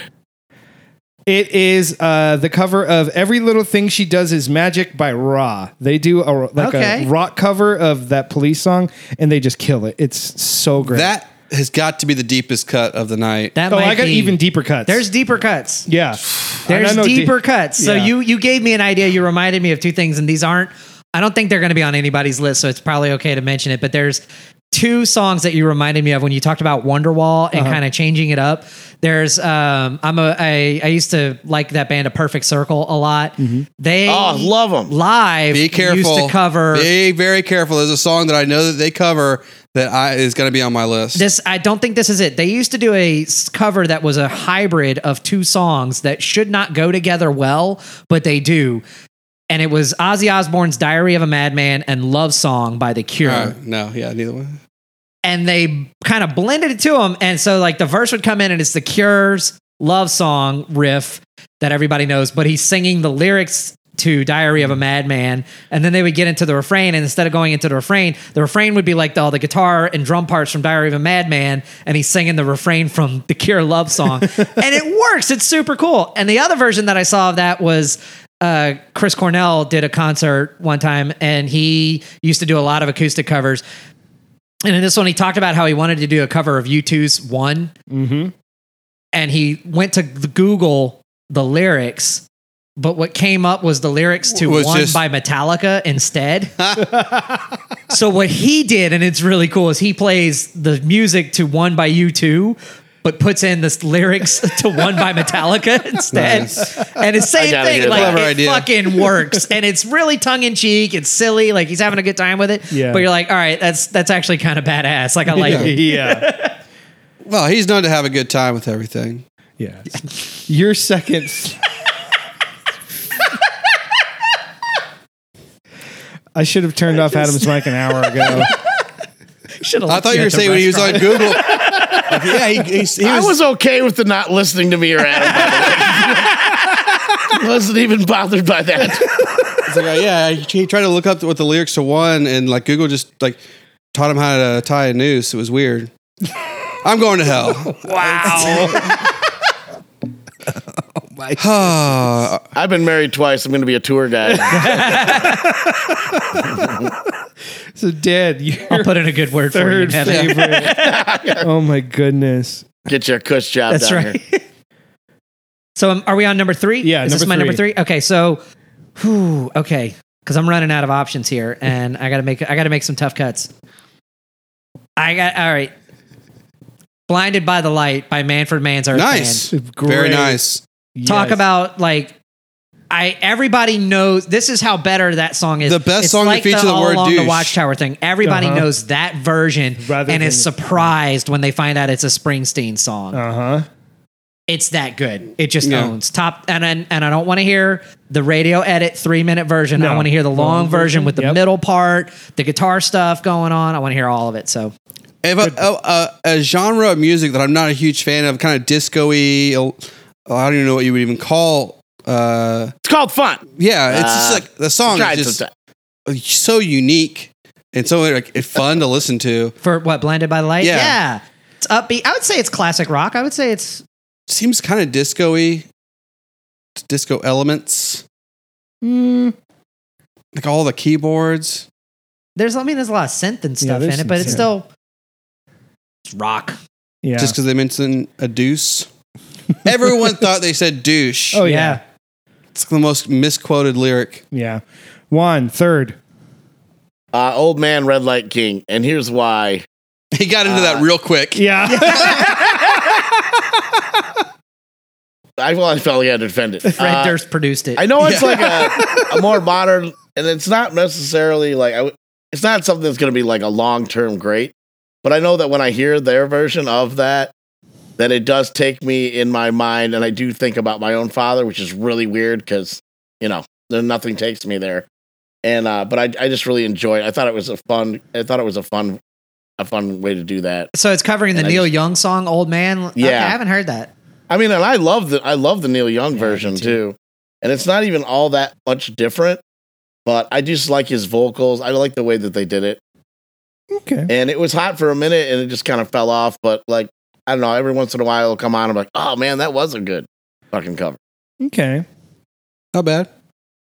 It is uh, the cover of "Every Little Thing She Does Is Magic" by Raw. They do a like Okay. a rock cover of that Police song, and they just kill it. It's so great. That has got to be the deepest cut of the night. that oh, might I got be- even deeper cuts. There's deeper cuts. yeah, There's And I know deep- deeper cuts. So Yeah. you you gave me an idea. You reminded me of two things, and these aren't. I don't think they're going to be on anybody's list, so it's probably okay to mention it. But there's two songs that you reminded me of when you talked about Wonderwall and kind of changing it up. There's um I'm a I, I used to like that band A Perfect Circle a lot. They Oh, love 'em. live. Be careful. Used to cover Be very careful. There's a song that I know that they cover that I is going to be on my list. This I don't think this is it. They used to do a s- cover that was a hybrid of two songs that should not go together well, but they do. And it was Ozzy Osbourne's Diary of a Madman and Love Song by The Cure. Uh, no, yeah, neither one. And they kind of blended it to them. And so like the verse would come in and it's The Cure's Love Song riff that everybody knows, but he's singing the lyrics to Diary of a Madman. And then they would get into the refrain. And instead of going into the refrain, the refrain would be like the, all the guitar and drum parts from Diary of a Madman. And he's singing the refrain from the Cure Love Song. and it works. It's super cool. And the other version that I saw of that was. Uh, Chris Cornell did a concert one time and he used to do a lot of acoustic covers. And in this one, he talked about how he wanted to do a cover of U2's One. Mm-hmm. And he went to the Google the lyrics, but what came up was the lyrics to Was One just- by Metallica instead. so what he did, and it's really cool, is he plays the music to One by U2. But puts in the lyrics to one by Metallica instead, and it's same gotta thing. get Like that. it Clever idea. fucking works, and it's really tongue in cheek. It's silly, like he's having a good time with it. Yeah. But you're like, all right, that's that's actually kind of badass. Like I like it. yeah. Well, he's known to have a good time with everything. Yeah. Your second. s- I should have turned off Adam's mic an hour ago. Should've I looked thought you at were the saying when he was restaurant. on Google. yeah, he, he, he I was, was okay with the not listening to me or Adam. by the way. Wasn't even bothered by that. It's like, uh, yeah, he tried to look up what the lyrics to one, and like Google just like taught him how to tie a noose. It was weird. I'm going to hell. Oh wow. I've been married twice. I'm going to be a tour guide. So, Dad, your I'll put in a good word for you. third in heaven. favorite. oh my goodness. Get your cush job That's down right. here. so um, are we on number three? Yeah, Is this number my number three. three? Okay. So, whew, okay. Cause I'm running out of options here and I gotta make, I gotta make some tough cuts. I got, all right. Blinded by the Light by Manfred Mann's Earth Nice. Band. Very Great. nice. Talk Yes. about like, I everybody knows this is how better that song is. The best song to feature the All word Along the douche. Watchtower thing. Everybody Uh-huh. knows that version Rather and is than- surprised when they find out it's a Springsteen song. Uh huh. it's that good. It just Yeah. owns top. And I, and I don't want to hear the radio edit three minute version. No. I want to hear the long, Long version version, with the yep. middle part, the guitar stuff going on. I want to hear all of it. So If a, oh, uh, a genre of music that I'm not a huge fan of, kind of disco-y, uh, I don't even know what you would even call. Uh, It's called fun. yeah, it's Uh, just like the song Try it is just uh, sometime. so unique and so like fun to listen to. for what blinded by the light, Yeah. it's upbeat. I would say it's classic rock. I would say it's Seems kind of disco-y, disco elements. Mm. like all the keyboards. there's. I mean, there's a lot of synth and stuff there's some in it, but it's synth. still it's rock. Yeah. Just because they mentioned a deuce. Everyone thought they said douche. oh, yeah. It's the most misquoted lyric. Yeah. Juan, third. Uh, old man, red light king. And here's why. He got into Uh, that real quick. Yeah. I well, I felt like I had to defend it. Fred Uh, Durst produced it. I know it's like a, a more modern, and it's not necessarily like I. w- It's not something that's going to be like a long term great, but I know that when I hear their version of that, that it does take me in my mind, and I do think about my own father, which is really weird because you know there nothing takes me there, and uh, but I I just really enjoy it. I thought it was a fun. I thought it was a fun, a fun way to do that. So it's covering the And I Neil just- Young song "Old Man." Okay, Yeah. I haven't heard that. I mean, and I love the I love the Neil Young version too. too. and it's not even all that much different. But I just like his vocals. I like the way that they did it, okay. and it was hot for a minute, and it just kind of fell off. But like I don't know, every once in a while it'll come on. I'm like, oh man, that was a good fucking cover. Okay. Not bad.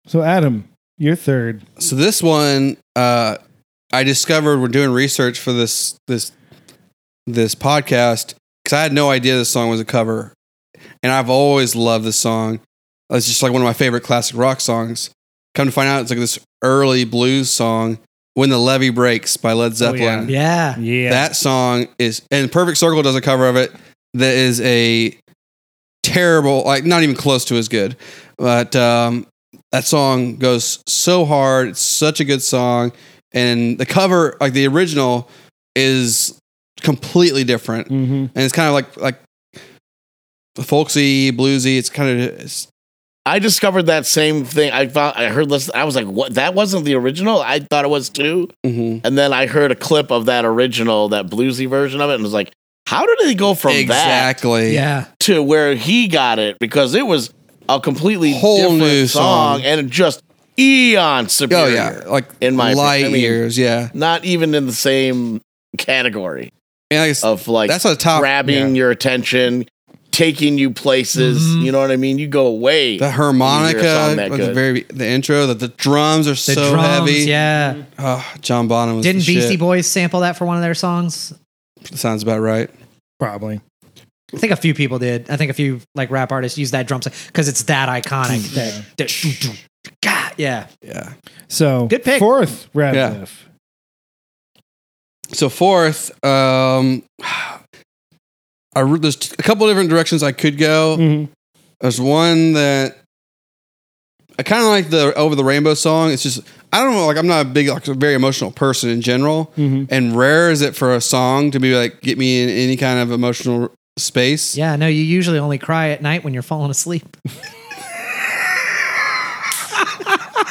So, Adam, you're third. So this one, uh, I discovered we're doing research for this this this podcast because I had no idea this song was a cover, and I've always loved this song. It's just like one of my favorite classic rock songs. Come to find out, it's like this early blues song, "When the Levee Breaks" by Led Zeppelin. yeah. Yeah, Yeah. That song is, and Perfect Circle does a cover of it that is a terrible, like not even close to as good. But um, that song goes so hard. It's such a good song. And the cover, like the original, is completely different. mm-hmm. And it's kind of like, like, Folksy, bluesy, it's kind of it's, I discovered that same thing. I found I heard this. I was like, what? That wasn't the original. I thought it was too. mhm. And then I heard a clip of that original, that bluesy version of it, and was like, how did they go from that exactly. yeah. to where he got it because it was a completely Whole different new song, song. and just eon superior. Oh yeah, like In my opinion, light I mean- years, yeah. Not even in the same category And like, it's- of like that's a top grabbing your attention, taking you places. You know what I mean? You go away. Mm-hmm. The when you hear a harmonica song that at the good. very the intro, that the drums are The so drums, heavy. Mm-hmm. yeah. Oh, John Bonham was Didn't the Beastie shit. Boys sample that for one of their songs? Sounds about right. Probably. I think a few people did. I think a few like rap artists used that drum because it's that iconic. that, that- God, yeah. Yeah. So Good pick. Fourth rap Yeah. riff. So fourth, um, I re- there's t- a couple different directions I could go. Mm. Mhm. There's one that I kind of like the Over the Rainbow song. It's just I don't know. Like I'm not a big, like a very emotional person in general, Mm-hmm. Mhm. and rare is it for a song to be like get me in any kind of emotional space. Yeah, no, you usually only cry at night when you're falling asleep.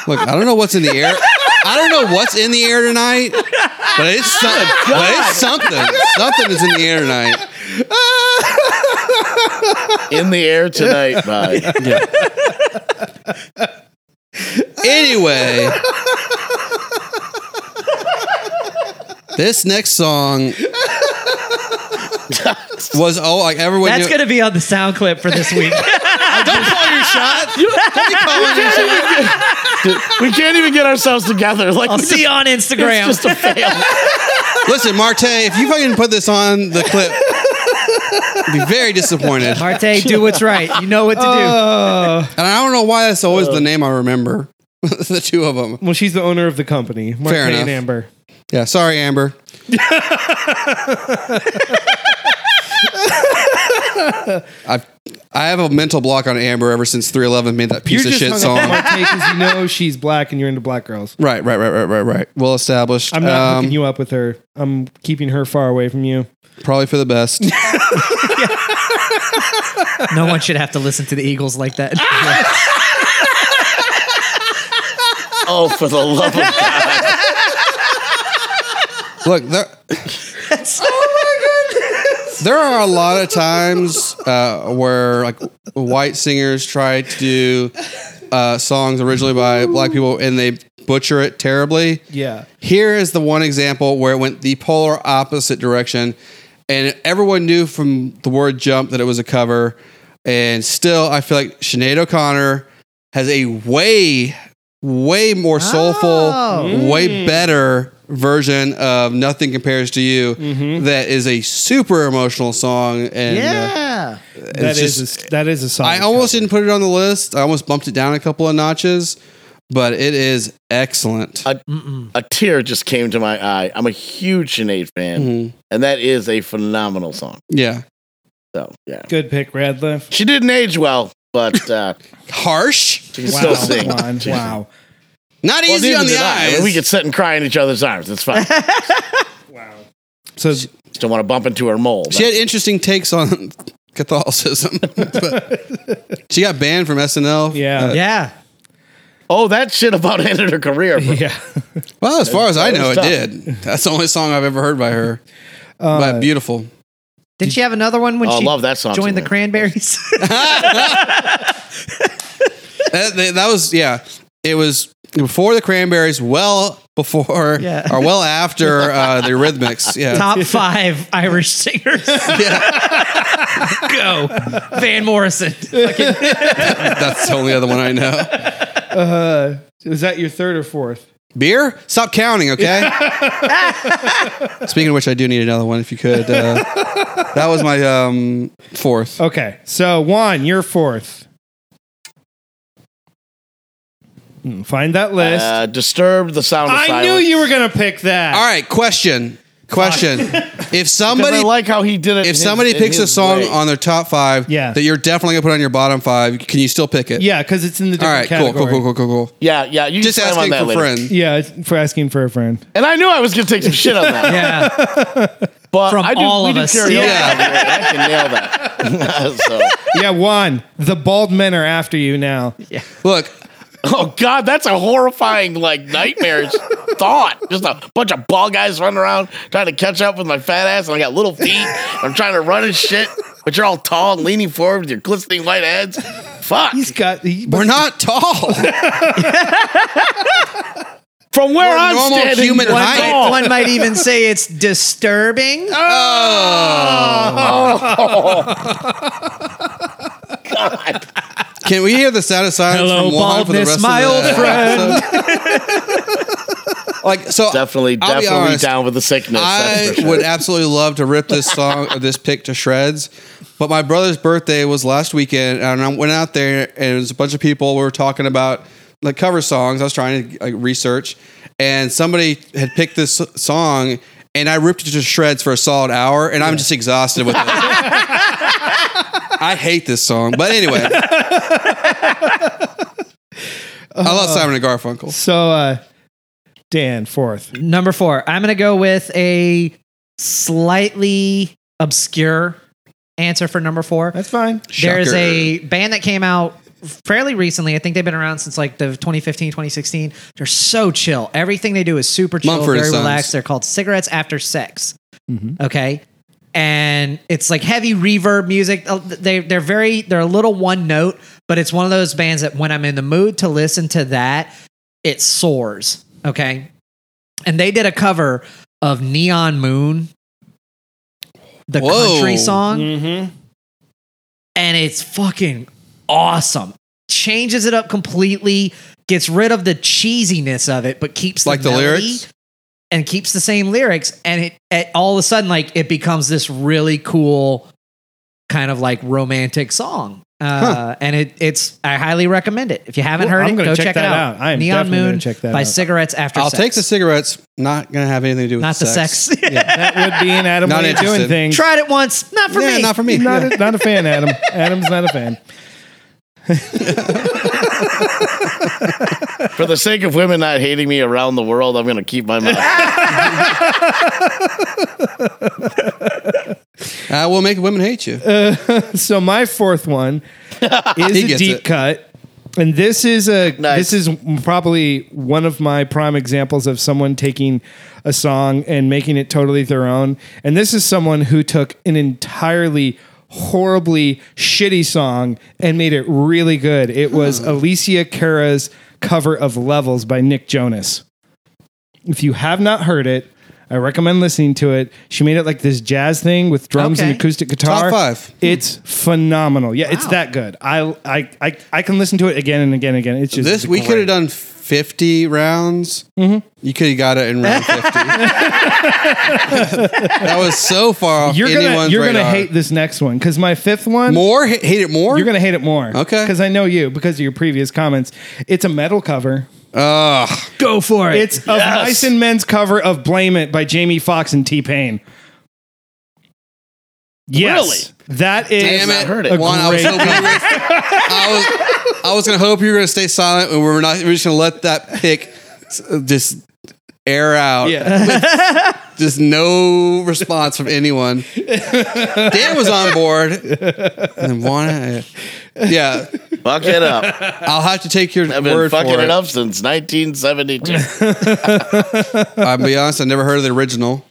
Look, I don't know what's in the air. I don't know what's in the air tonight, but it's something. But it's something. Something is in the air tonight. in the air tonight. Bye. Anyway, this next song was oh like everyone. That's knew- going to be on the sound clip for this week. Don't call your shot. Don't be calling your shot. we can't even get ourselves together. Like I'll we see you on Instagram. just, just a fail. Listen, Marte, if you fucking put this on the clip, I'd be very disappointed. And Marte, do what's right. You know what to Uh, I don't know why that's always the name I remember. the two of them. well, she's the owner of the company. Mark Fair enough. And Amber. Yeah, sorry, Amber. I've I have a mental block on Amber ever since 311 made that piece You're just of shit hung up on song. Marte 'cause you know she's black and you're into black girls. Right, right, right, right, right, right. Well established. I'm not hooking Um, you up with her. I'm keeping her far away from you. Probably for the best. do. No one should have to listen to the Eagles like that. Oh, for the love of God. Look, there, Oh there are a lot of times uh, where like white singers try to do uh, songs originally by black people and they butcher it terribly. Yeah. Here is the one example where it went the polar opposite direction, and everyone knew from the word jump that it was a cover. And still, I feel like Sinead O'Connor has a way, way more soulful, Oh. way better version of Nothing Compares to You that is a super emotional song. And uh, Mm-hmm. yeah. it's That is just- a, that is a song. I almost didn't put it on the list. I almost bumped it down a couple of notches, but it is excellent. A tear just came to my eye. I'm a huge Sinead fan, Mhm. and that is a phenomenal song. Yeah. So, yeah. good pick, Radcliffe. She didn't age well, but uh, Harsh. she can still sing. Juan, She- wow. Not Well, easy neither on the did I. I mean, eyes. we could sit and cry in each other's arms. It's fine. So Just don't want to bump into her mole. she had interesting takes on Catholicism. But she got banned from SNL. yeah. Yeah. oh, that shit about ended her career. bro. Yeah. Well, as far as I know, it tough. did. That's the only song I've ever heard by her. but beautiful. Did she have another one when Oh, I she love that song too, joined the man. Cranberries? That, that, that was yeah. It was before the Cranberries, well before Yeah. or well after uh, the Eurythmics. Yeah, Top five Irish singers. Go. Van Morrison. that's the only other one I know. Uh, is that your third or fourth? Beer? Stop counting, okay? Speaking of which, I do need another one if you could. Uh, that was my um, fourth. Okay. So Juan, you're fourth. Hmm, Find that list. Uh, disturbed the sound of I silence. knew you were gonna pick that. All right, question. Question. if 'Cause somebody I like how he did it. if in his- somebody in picks a his song way. on their top five Yeah. that you're definitely gonna put on your bottom five, can you still pick it? Yeah, because it's in the All different right, cool, category. cool, cool, cool, cool, cool. yeah, yeah, you Just can slam on asking that for later. friends. Yeah, it's for asking for a friend. And I knew I was gonna take some shit on that. Yeah. but From I do, all we of do us. karaoke. Yeah. I can nail that. so, yeah, Juan, the bald men are after you now. Look, oh god, that's a horrifying like nightmarish thought. Just a bunch of bald guys running around trying to catch up with my fat ass, and I got little feet. I'm trying to run and shit, but you're all tall and leaning forward with your glistening white heads. Fuck. He's got. He, we're not tall. From where We're I'm normal standing, human you're height. tall. One might even say it's disturbing. God. Can we hear the saddest silence Hello, from Juan for the rest baldness, my of old the friend? like so, Definitely, I'll be definitely honest, down with the sickness. that's I for sure. would absolutely love to rip this song or this pick to shreds, but my brother's birthday was last weekend, and I went out there and it was a bunch of people. We were talking about like cover songs. I was trying to like, research, and somebody had picked this song, and I ripped it to shreds for a solid hour, and I'm just exhausted with it. I hate this song, but anyway. I love Simon and Garfunkel. So, uh, Dan, fourth. Number four, I'm going to go with a slightly obscure answer for number four. That's fine. There's Shocker. a band that came out fairly recently. I think they've been around since like the 2015, 2016. They're so chill. Everything they do is super chill, Mumford and very Sons. relaxed. They're called Cigarettes After Sex. Okay. And it's like heavy reverb music. Uh, They they're very they're a little one note, but it's one of those bands that when I'm in the mood to listen to that, it soars. Okay. And they did a cover of Neon Moon, the Whoa. country song Mm-hmm. and it's fucking awesome. Changes it up completely, gets rid of the cheesiness of it, but keeps Like the melody lyrics? and keeps the same lyrics. And it, it all of a sudden, like it becomes this really cool kind of like romantic song. Uh, And it, it's I highly recommend it. If you haven't Well, heard I'm it, gonna go check check, that it out. out. I am Neon definitely gonna Moon check that by out. Cigarettes After I'll Sex. take the cigarettes. Not gonna have anything to do with not the sex. That would be an Adam Not way of doing interested. things. Tried it once, not for yeah, me. not for me. Not a, not a fan, Adam. Adam's not a fan. For the sake of women not hating me around the world, I'm going to keep my mouth. I will Uh, make women hate you. Uh, So my fourth one He is a gets deep it. cut. And this is a Nice. this is probably one of my prime examples of someone taking a song and making it totally their own. And this is someone who took an entirely horribly shitty song and made it really good. Hmm. It was Alicia Cara's cover of Levels by Nick Jonas. If you have not heard it, I recommend listening to it. She made it like this jazz thing with drums and Okay. acoustic guitar. Top five. It's phenomenal. Yeah, it's Wow. that good. I, I I I can listen to it again and again and again. It's just This we could have done fifty rounds. Mm-hmm. You could have got it in round fifty. that was so far off You're gonna anyone's you're radar. gonna hate this next one because my fifth one more. Ha- Hate it more. you're gonna hate it more. Okay. because I know you because of your previous comments. It's a metal cover. Ugh. Go for it. It's of Mice and Men's cover of Blame It by Jamie Foxx and T Pain. Yes, that is Damn it! heard it. a Juan, I was great- hoping you were, I was I was gonna hope you were gonna stay silent and we're not. We're just gonna let that pick s- uh, just air out. Yeah. Just no response from anyone. Dan was on board. And then Juan, yeah, Fuck it up. I'll have to take your I've been word fucking for it it. up since 1972. I'll be honest, I never heard of the original.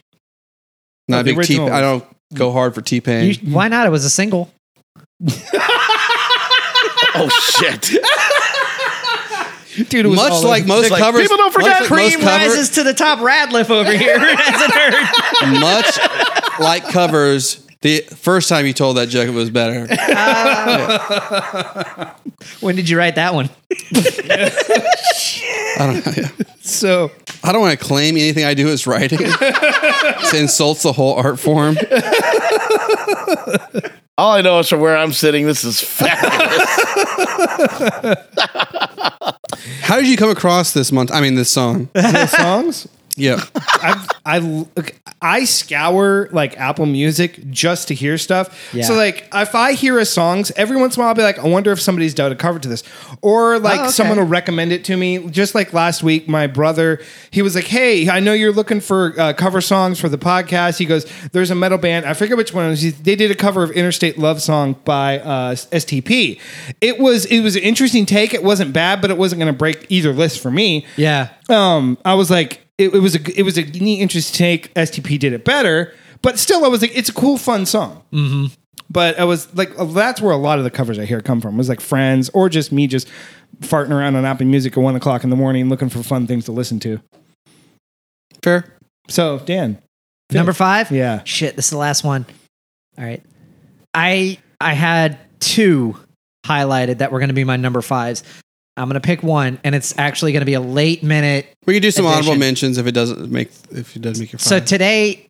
Not a the big T. original. I don't go hard for T Pain. You- why not? It was a single. oh, shit. dude. It was Much all like over- most like, covers, people don't forget much like most covers, to the top. Radliff over here as a nerd. much like covers. The first time you told that joke, it was better. When did you write that one? so. I don't want to claim anything I do is writing. it insults the whole art form. All I know is from where I'm sitting, this is fabulous. How did you come across this month? I mean, this song. the songs. Yeah. I've, I look- I scour like Apple Music just to hear stuff. Yeah. So like if I hear a songs, every once in a while I'll be like, I wonder if somebody's done a cover to this, or like Oh, okay. someone will recommend it to me. Just like last week, my brother he was like, Hey, I know you're looking for uh, cover songs for the podcast. He goes, There's a metal band. I forget which one. It was. They did a cover of Interstate Love Song by uh, STP. It was it was an interesting take. It wasn't bad, but it wasn't going to break either list for me Yeah. um, I was like, it, it was a it was a neat, interesting take. STP did it better, but still, I was like, it's a cool, fun song. Mm-hmm. But I was like, uh, that's where a lot of the covers I hear come from. It was like friends or just me just farting around on Apple Music at one o'clock in the morning, looking for fun things to listen to. Fair. So Dan, Number five? Yeah. Shit, this is the last one. All right. I I had two highlighted that were going to be my number fives. I'm going to pick one, and it's actually going to be a late minute. We could do some honorable Edition. mentions if it doesn't make if it doesn't make your So five. today,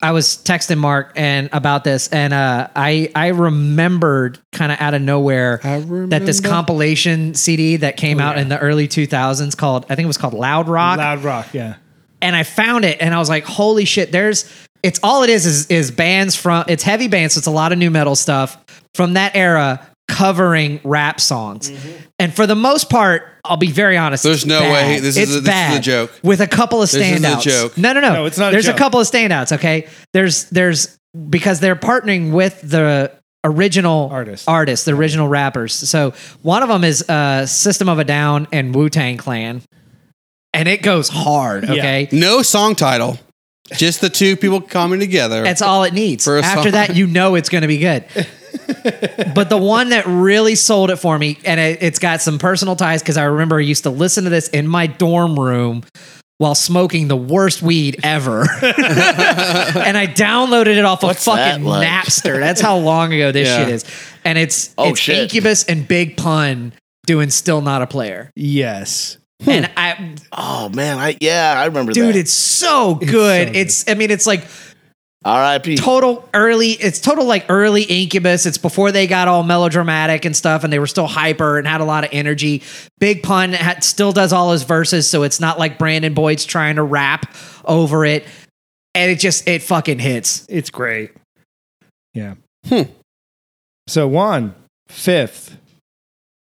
I was texting Mark and about this, and uh, I I remembered kind of out of nowhere I that this remember. compilation CD that came out in the early 2000s called I think it was called Loud Rock. Loud rock, yeah. and I found it and I was like, holy shit, there's it's all it is is is bands from it's heavy bands, so it's a lot of new metal stuff from that era covering rap songs. Mm-hmm. And for the most part, I'll be very honest. There's it's no bad. way. This is It's a- this is a bad. joke. With a couple of is a standouts. joke. No, no, no. No, it's not a There's a joke. couple of standouts, okay? There's there's because they're partnering with the original Artist. artists, the original rappers. So one of them is uh, System of a Down and Wu Tang Clan, and it goes hard. Okay, no song title, just the two people coming together. that's all it needs. For a After song. that, you know it's going to be good. but the one that really sold it for me, and it, it's got some personal ties because I remember I used to listen to this in my dorm room while smoking the worst weed ever. and I downloaded it off of What's fucking that like? Napster. That's how long ago this Yeah. shit is. And it's Oh, it's shit. Incubus and Big Pun doing Still Not a Player. Yes. And I Oh man, I yeah, I remember dude, that. it's so good. It's, good. I mean it's like R.I.P. total early it's total like early incubus it's before they got all melodramatic and stuff and they were still hyper and had a lot of energy big pun had, still does all his verses so it's not like brandon boyd's trying to rap over it and it just it fucking hits It's great. Yeah. Hmm. So Juan, fifth.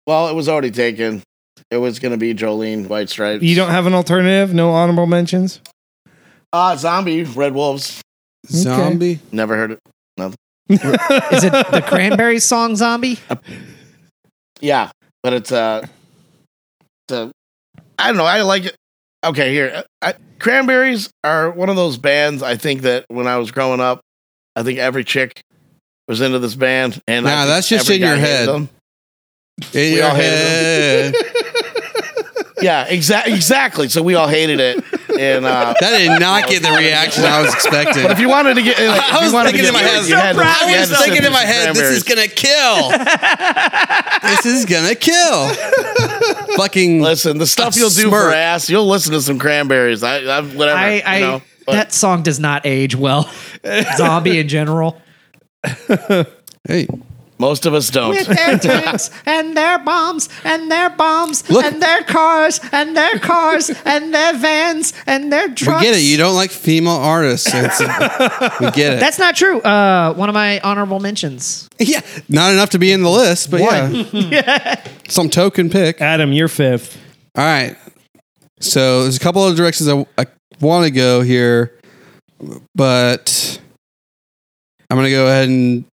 Well, it was already taken. It was gonna be Jolene White Stripes. You don't have an alternative? No honorable mentions? uh zombie Red Wolves. Zombie. Never heard it. is it the cranberries song zombie Yeah, but it's uh, it's a, I don't know. I like it. Okay, here, I, Cranberries are one of those bands. I think that when I was growing up, I think every chick was into this band, and I Nah, think that's just every in your guy hated head. them. In We your all hated head. Yeah, exactly. Exactly. So we all hated it, and uh, that did not get the reaction I was expecting. but if you wanted to get, like, if I you was wanted to thinking in my get head. you had to- you I had was to sit thinking in through my head, this is Cranberries. gonna kill. this is gonna kill. Fucking Listen, the stuff A you'll do for smirk. ass, you'll listen to some Cranberries. I, I whatever. i i you know, but- that song does not age well zombie in general Hey, Most of us don't. with their tanks and their bombs and their bombs Look- and their cars and their cars and their vans and their we trucks. get it. You don't like female artists. It's, we get it. That's not true. Uh, one of my honorable mentions. yeah, not enough to be in the list, but yeah, some token pick. Adam, you're fifth. All right. So there's a couple of directions I, want to go here, but I'm going to go ahead and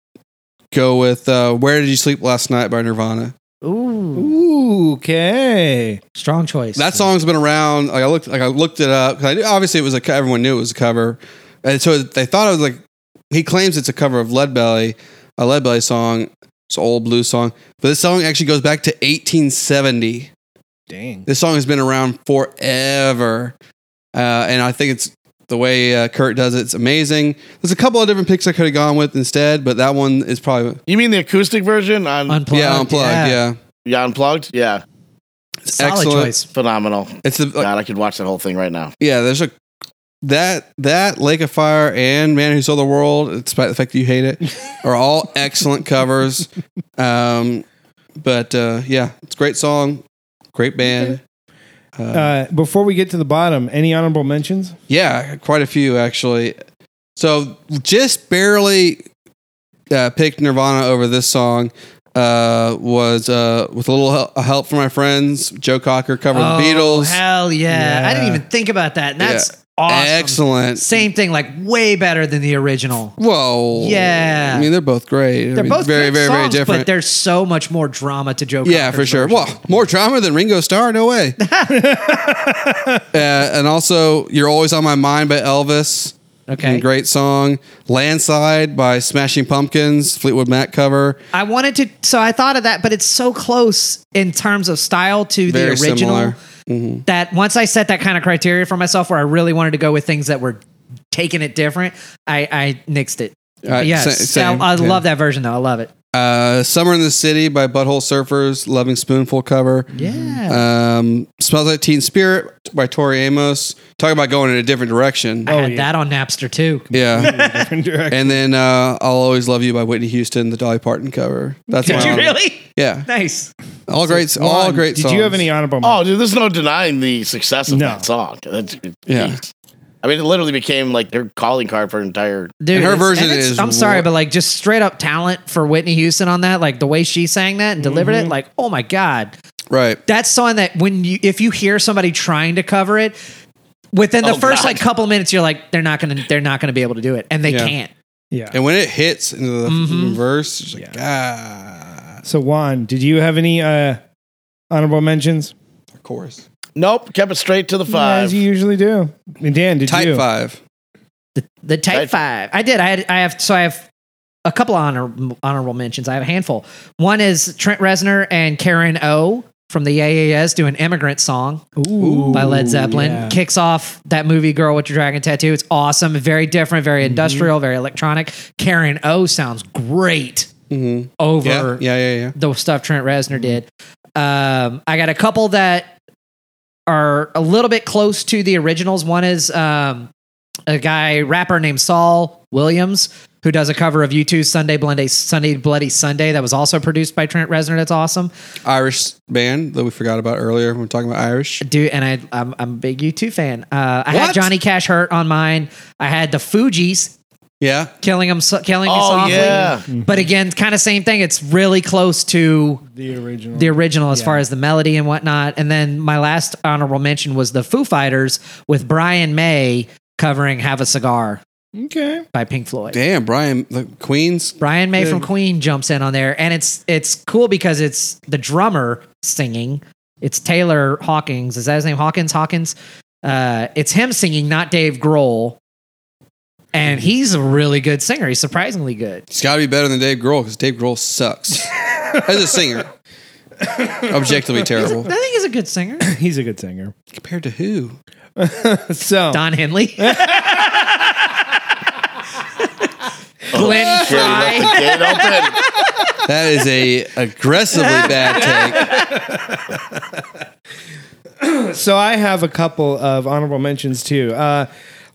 go with uh, Where Did You Sleep Last Night by Nirvana. Ooh, Ooh, okay. strong choice. That song's been around. Like I looked, like I looked it up. 'cause I knew, obviously, it was a co- everyone knew it was a cover, and so they thought it was like he claims it's a cover of Leadbelly, a Leadbelly song. It's an old blues song, but this song actually goes back to 1870. Dang. This song has been around forever, uh, and I think it's the way uh, Kurt does it. It's amazing. There's a couple of different picks I could have gone with instead, but that one is probably You mean the acoustic version on unplugged. yeah unplugged. Yeah, yeah, unplugged? Yeah, It's solid excellent. choice. phenomenal. It's the, like, God, I could watch that whole thing right now. Yeah, there's a that that Lake of Fire and Man Who Sold the World, despite the fact that you hate it, are all excellent covers. Um, but uh, yeah, it's a great song, great band. Uh, before we get to the bottom, any honorable mentions? Yeah, quite a few actually. So just barely uh, picked Nirvana over this song. Uh, was uh, with a little hel- help from my friends, Joe Cocker covered the Beatles. Oh, Hell yeah. I didn't Yeah. even think about that. And that's Yeah. awesome. Excellent. Same thing, like way better than the original. Whoa. Yeah. I mean, they're both great. They're both very, good very, very songs, different. but there's so much more drama to Joe. yeah, Cocker's for sure. version. Well, more drama than Ringo Starr. No way. uh, and also, You're Always on My Mind by Elvis. okay. Great song. Landslide by Smashing Pumpkins, Fleetwood Mac cover. I wanted to, so I thought of that, but it's so close in terms of style to Very the original similar. Mm-hmm. that once I set that kind of criteria for myself, where I really wanted to go with things that were taking it different, I, I nixed it. Uh, yes, Oh, sa- same, I, I yeah. love that version though. I love it. Uh, Summer in the City by Butthole Surfers, Loving Spoonful cover. Yeah. Um, Smells Like Teen Spirit by Tori Amos. Talk about going in a different direction. I had yeah. that on Napster too. Yeah. Different direction. and then uh, I'll Always Love You by Whitney Houston, the Dolly Parton cover. That's Did my you honor. really? Yeah. Nice. All great all Juan, great Did songs. you have any honorable? Oh, dude, there's no denying the success of No. that song. That's, Yeah. jeez. I mean, it literally became like their calling card for an entire. Dude, And her it's- version it's- is I'm sorry, wa- but like just straight up talent for Whitney Houston on that, like the way she sang that and delivered it, like oh my god, Right. that's song that when you if you hear somebody trying to cover it, within the Oh, first God. like couple minutes, you're like they're not gonna they're not gonna be able to do it, and they Yeah. can't. yeah. And when it hits into the Mm-hmm. verse, it's like, ah, So Juan, did you have any uh, honorable mentions? ah, of course. Nope, kept it straight to the five. As you usually do. And Dan, did Type you? five. The type Right. five. I did. I had. I have. So I have a couple of honor, honorable mentions. I have a handful. One is Trent Reznor and Karen O from the Yeah Yeah Yeahs do an immigrant song Ooh, by Led Zeppelin. yeah. Kicks off that movie Girl with Your Dragon Tattoo. It's awesome. Very different. Very industrial. Very electronic. Karen O sounds great Mm-hmm. over Yeah. Yeah. Yeah. Yeah. the stuff Trent Reznor did. Um, I got a couple that are a little bit close to the originals. One is um, a guy rapper named Saul Williams who does a cover of U2's Sunday Bloody Sunday Bloody Sunday that was also produced by Trent Reznor. That's awesome, Irish band that we forgot about earlier when we are talking about Irish. dude. And I I'm, I'm a big U2 fan. Uh, I had What? Johnny Cash Hurt on mine. I had the Fugees Yeah. killing him killing me Oh, softly. yeah. But again, kind of same thing. It's really close to the original. the original as far as the melody and whatnot. And then my last honorable mention was the Foo Fighters with Brian May covering Have a Cigar okay. by Pink Floyd. Damn, Brian, the Queens. Brian May from Good. Queen jumps in on there and it's it's cool because it's the drummer singing. It's Taylor Hawkins. Is that his name? Hawkins Hawkins. Uh, it's him singing, not Dave Grohl. And he's a really good singer. He's surprisingly good. It's got to be better than Dave Grohl because Dave Grohl sucks as a singer. Objectively I terrible. think he's a good singer. He's a good singer. Compared to who? Oh. So Don Henley. Oh, Glenn Shit, he Fry. left the gate open. That is a aggressively bad take. so I have a couple of honorable mentions too. Uh,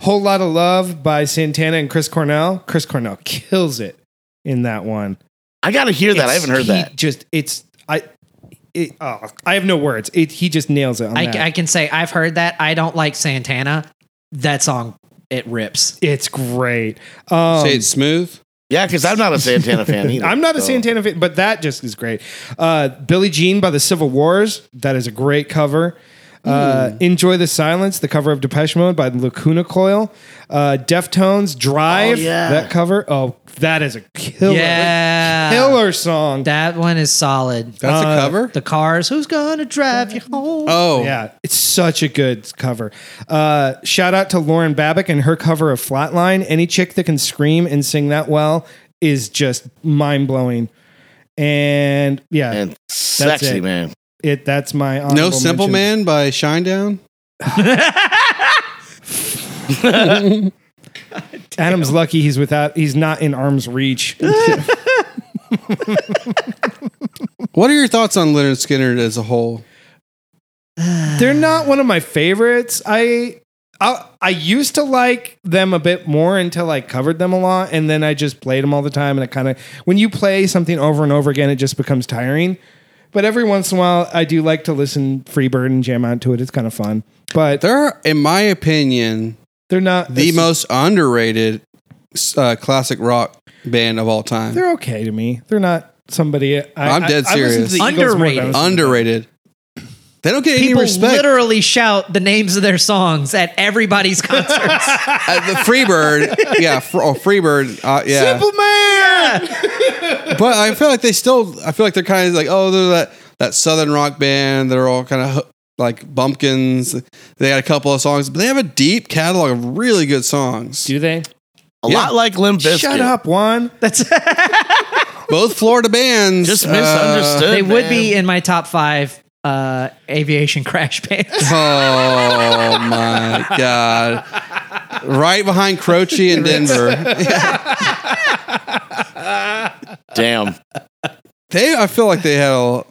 Whole Lot of Love by Santana and Chris Cornell. Chris Cornell kills it in that one. I gotta hear that. I It's- haven't heard he that. Just it's I. It, oh, I have no words. It, he just nails it. On that. I, I can say I've heard that. I don't like Santana. That song, it rips. it's great. Um, Say it's smooth. Yeah, because I'm not a Santana fan either. I'm not a so. Santana fan, but that just is great. Uh, Billie Jean by the Civil Wars. That is a great cover. Hmm. Uh, Enjoy the Silence, the cover of Depeche Mode by Lacuna Coil. Uh, Deftones, Drive, Oh, yeah. that cover. Oh, that is a killer, Yeah. killer song. That one is solid. That's Uh, a cover. The cars, who's gonna drive you home? Oh, yeah. yeah, it's such a good cover. Uh, shout out to Lauren Babbick and her cover of Flatline. Any chick that can scream and sing that well is just mind blowing. And yeah, And sexy it. man. it that's my No honorable Simple mentions. Man by Shinedown. Adam's lucky he's without he's not in arm's reach. What are your thoughts on Leonard Skinner as a whole? They're not one of my favorites. I, I I used to like them a bit more until I covered them a lot, and then I just played them all the time. And it kind of when you play something over and over again, it just becomes tiring. But every once in a while, I do like to listen Freebird and jam out to it. It's kind of fun. But they're, They're, in my opinion, not the most underrated uh, classic rock band of all time. They're okay to me. They're not somebody. I, I'm I- dead I listen to the serious. Eagles more than I Underrated. listen to- underrated. They don't get any People respect. literally shout the names of their songs at everybody's concerts. Uh, the Freebird, yeah, fr- oh, Freebird, uh, yeah. Simple man. But I feel like they still, I feel like they're kind of like, oh, they're that that southern rock band. They're all kind of like bumpkins. They got a couple of songs, but they have a deep catalog of really good songs. Do they? A Yeah. lot like Limp Bizkit. Shut up, Juan. That's Both Florida bands, Just uh, misunderstood. they would man. be in my top five uh aviation crash bands. uh, oh my god! Right behind Croce and Denver. Damn. They, I feel like they had a,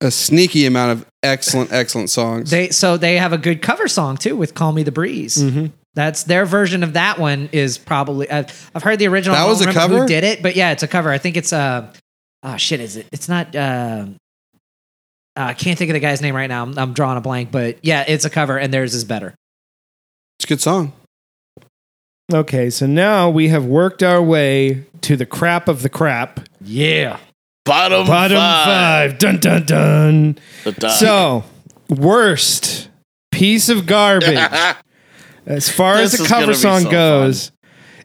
a sneaky amount of excellent, excellent songs. They so they have a good cover song too with "Call Me the Breeze." Mm-hmm. That's their version of that one is probably I've, I've heard the original. That I don't was a remember cover? Who did it? But yeah, it's a cover. I think it's uh oh shit is it? It's not. Uh, uh, I can't think of the guy's name right now. I'm, I'm drawing a blank, but yeah, it's a cover, and theirs is better. it's a good song. Okay, so now we have worked our way to the crap of the crap. Yeah, Bottom, Bottom five. five. Dun dun dun. The Uh. top. So, worst piece of garbage as far This as the is cover gonna be song so goes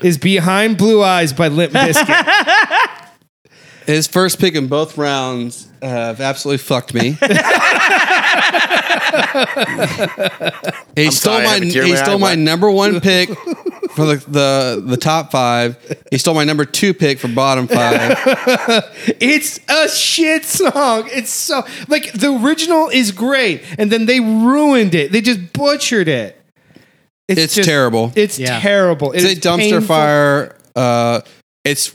is Behind Blue Eyes by Limp Bizkit. His first pick in both rounds uh, have absolutely fucked me. he stole sorry, I my have a tear in he my eye, stole my but- number one pick for the, the the top five. He stole my number two pick for bottom five. it's a shit song. It's so like the original is great and then they ruined it. They just butchered it. It's terrible. It's Yeah. terrible. It It's is a dumpster painful. fire. Uh, it's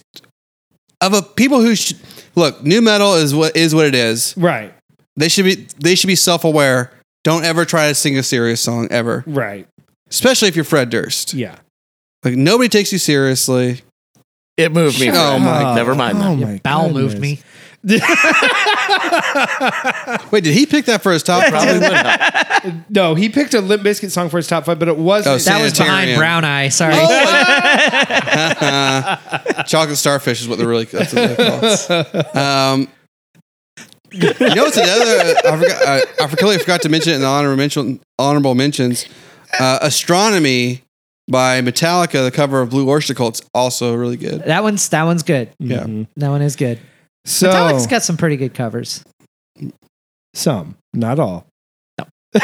of a people who sh- look. New metal is what is what it is. Right. They should be they should be self aware. Don't ever try to sing a serious song ever, Right. especially if you're Fred Durst. Yeah. Like nobody takes you seriously. it moved me. Oh, my- Never mind. Oh that. my bowel moved goodness. me. Wait, did he pick that for his top? Probably Probably. would have. No, he picked a Limp Bizkit song for his top five, but it wasn't. Oh, That was behind Sanitarium. Oh! Brown Eye. Sorry. Chocolate starfish is what they're really. That's what they're called. Um, you know what's another? I forgot. I, I completely forgot to mention it in the honorable mention, honorable mentions. Uh, Astronomy by Metallica, the cover of Blue Oyster Cult's also really good. That one's that one's good. Yeah. Mm-hmm. That one is good. So Metallica's got some pretty good covers. some, not all. So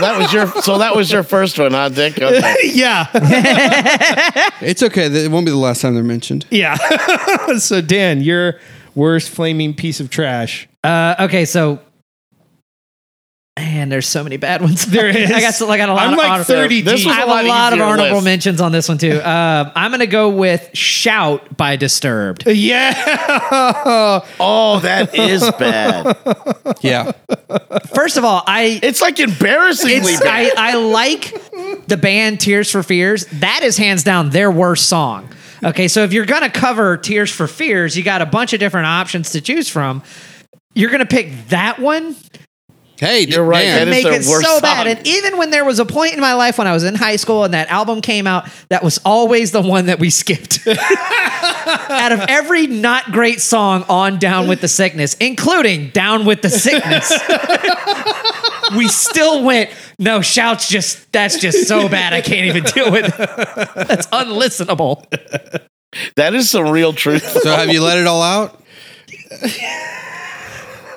that was your. So that was your first one, huh, Dick? Okay. yeah, It's okay. It won't be the last time they're mentioned. yeah. so Dan, your worst flaming piece of trash. Uh, okay, so man, there's so many bad ones. There is. I got so- I got a lot. I'm of like honor- 30 This deep. was I have a lot a lot of easier honorable list. mentions on this one too. Um, I'm gonna go with "Shout" by Disturbed. Yeah. Oh, that is bad. Yeah. First of all, I It's like embarrassingly it's, bad. I, I like the band Tears for Fears. That is hands down their worst song. Okay, so if you're gonna cover Tears for Fears, you got a bunch of different options to choose from. You're gonna pick that one. Hey, You're right, Dan. that is- make their it worst so bad. song. And even when there was a point in my life when I was in high school and that album came out, that was always the one that we skipped. Out of every not great song on Down with the Sickness, including Down with the Sickness, we still went, no, shouts just, that's just so bad. I can't even deal with it. That's unlistenable. that is some real truth. so have you let it all out?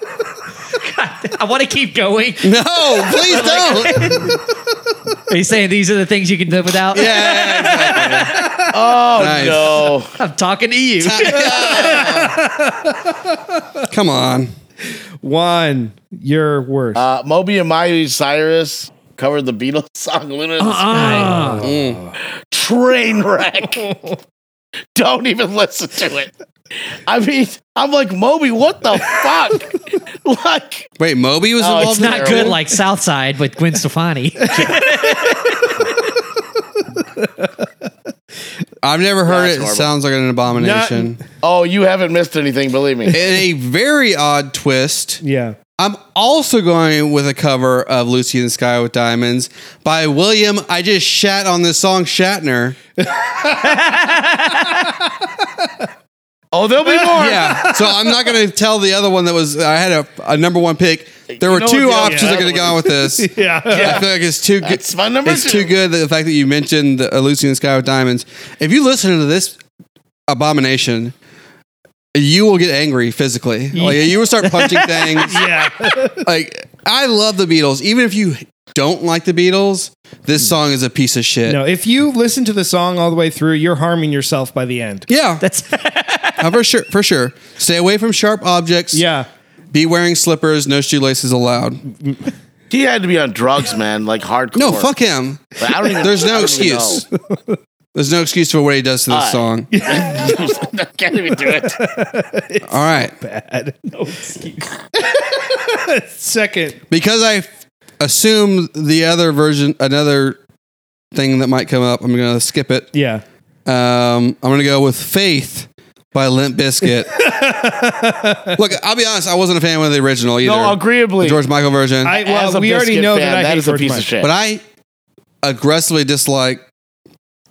I want to keep going. No, Oh please don't. Are you saying these are the things you can live without? Yeah, exactly. Oh Nice. no. I'm talking to you. Come on. One, your worst. Uh, Moby and Miley Cyrus covered the Beatles song "Lunar in the Sky." Uh-uh. Train wreck. Don't even listen to it. I mean, I'm like Moby. What the fuck? like, Wait, Moby was Oh, involved. It's in not that? good like Southside with Gwen Stefani. I've never heard Yeah, it's it. It horrible. sounds like an abomination. oh, you haven't missed anything. Believe me. In a very odd twist, yeah. I'm also going with a cover of Lucy in the Sky with Diamonds by William. I just shat on this song, Shatner. Oh, there'll be more. Yeah. so I'm not going to tell the other one that was, I had a, a number one pick. There were know two what the options other I could have one gone with this. Yeah. I feel like it's too good. That's my number It's too two. good that the fact that you mentioned the, uh, Lucy in the Sky with Diamonds. If you listen to this abomination, you will get angry physically. Like you will start punching things. Yeah. like I love the Beatles. Even if you don't like the Beatles, Mm. this song is a piece of shit. No, if you listen to the song all the way through, you're harming yourself by the end. Yeah, That's uh, for sure. For sure. Stay away from sharp objects. Yeah. Be wearing slippers. No shoelaces allowed. He had to be on drugs, man. Like hardcore. No, fuck him. Like, I don't even. There's I no don't even excuse. know. There's no excuse for what he does to this Aye. song. I can't even do it. All right. Bad. No excuse. Second. because I f- assume the other version, another thing that might come up, I'm going to skip it. Yeah. Um, I'm going to go with Faith by Limp Biscuit. Look, I'll be honest, I wasn't a fan of the original either. No, agreeably. The George Michael version. I As well, a we already Biscuit know fan, that I hate is a George piece Michael. of shit. but I aggressively dislike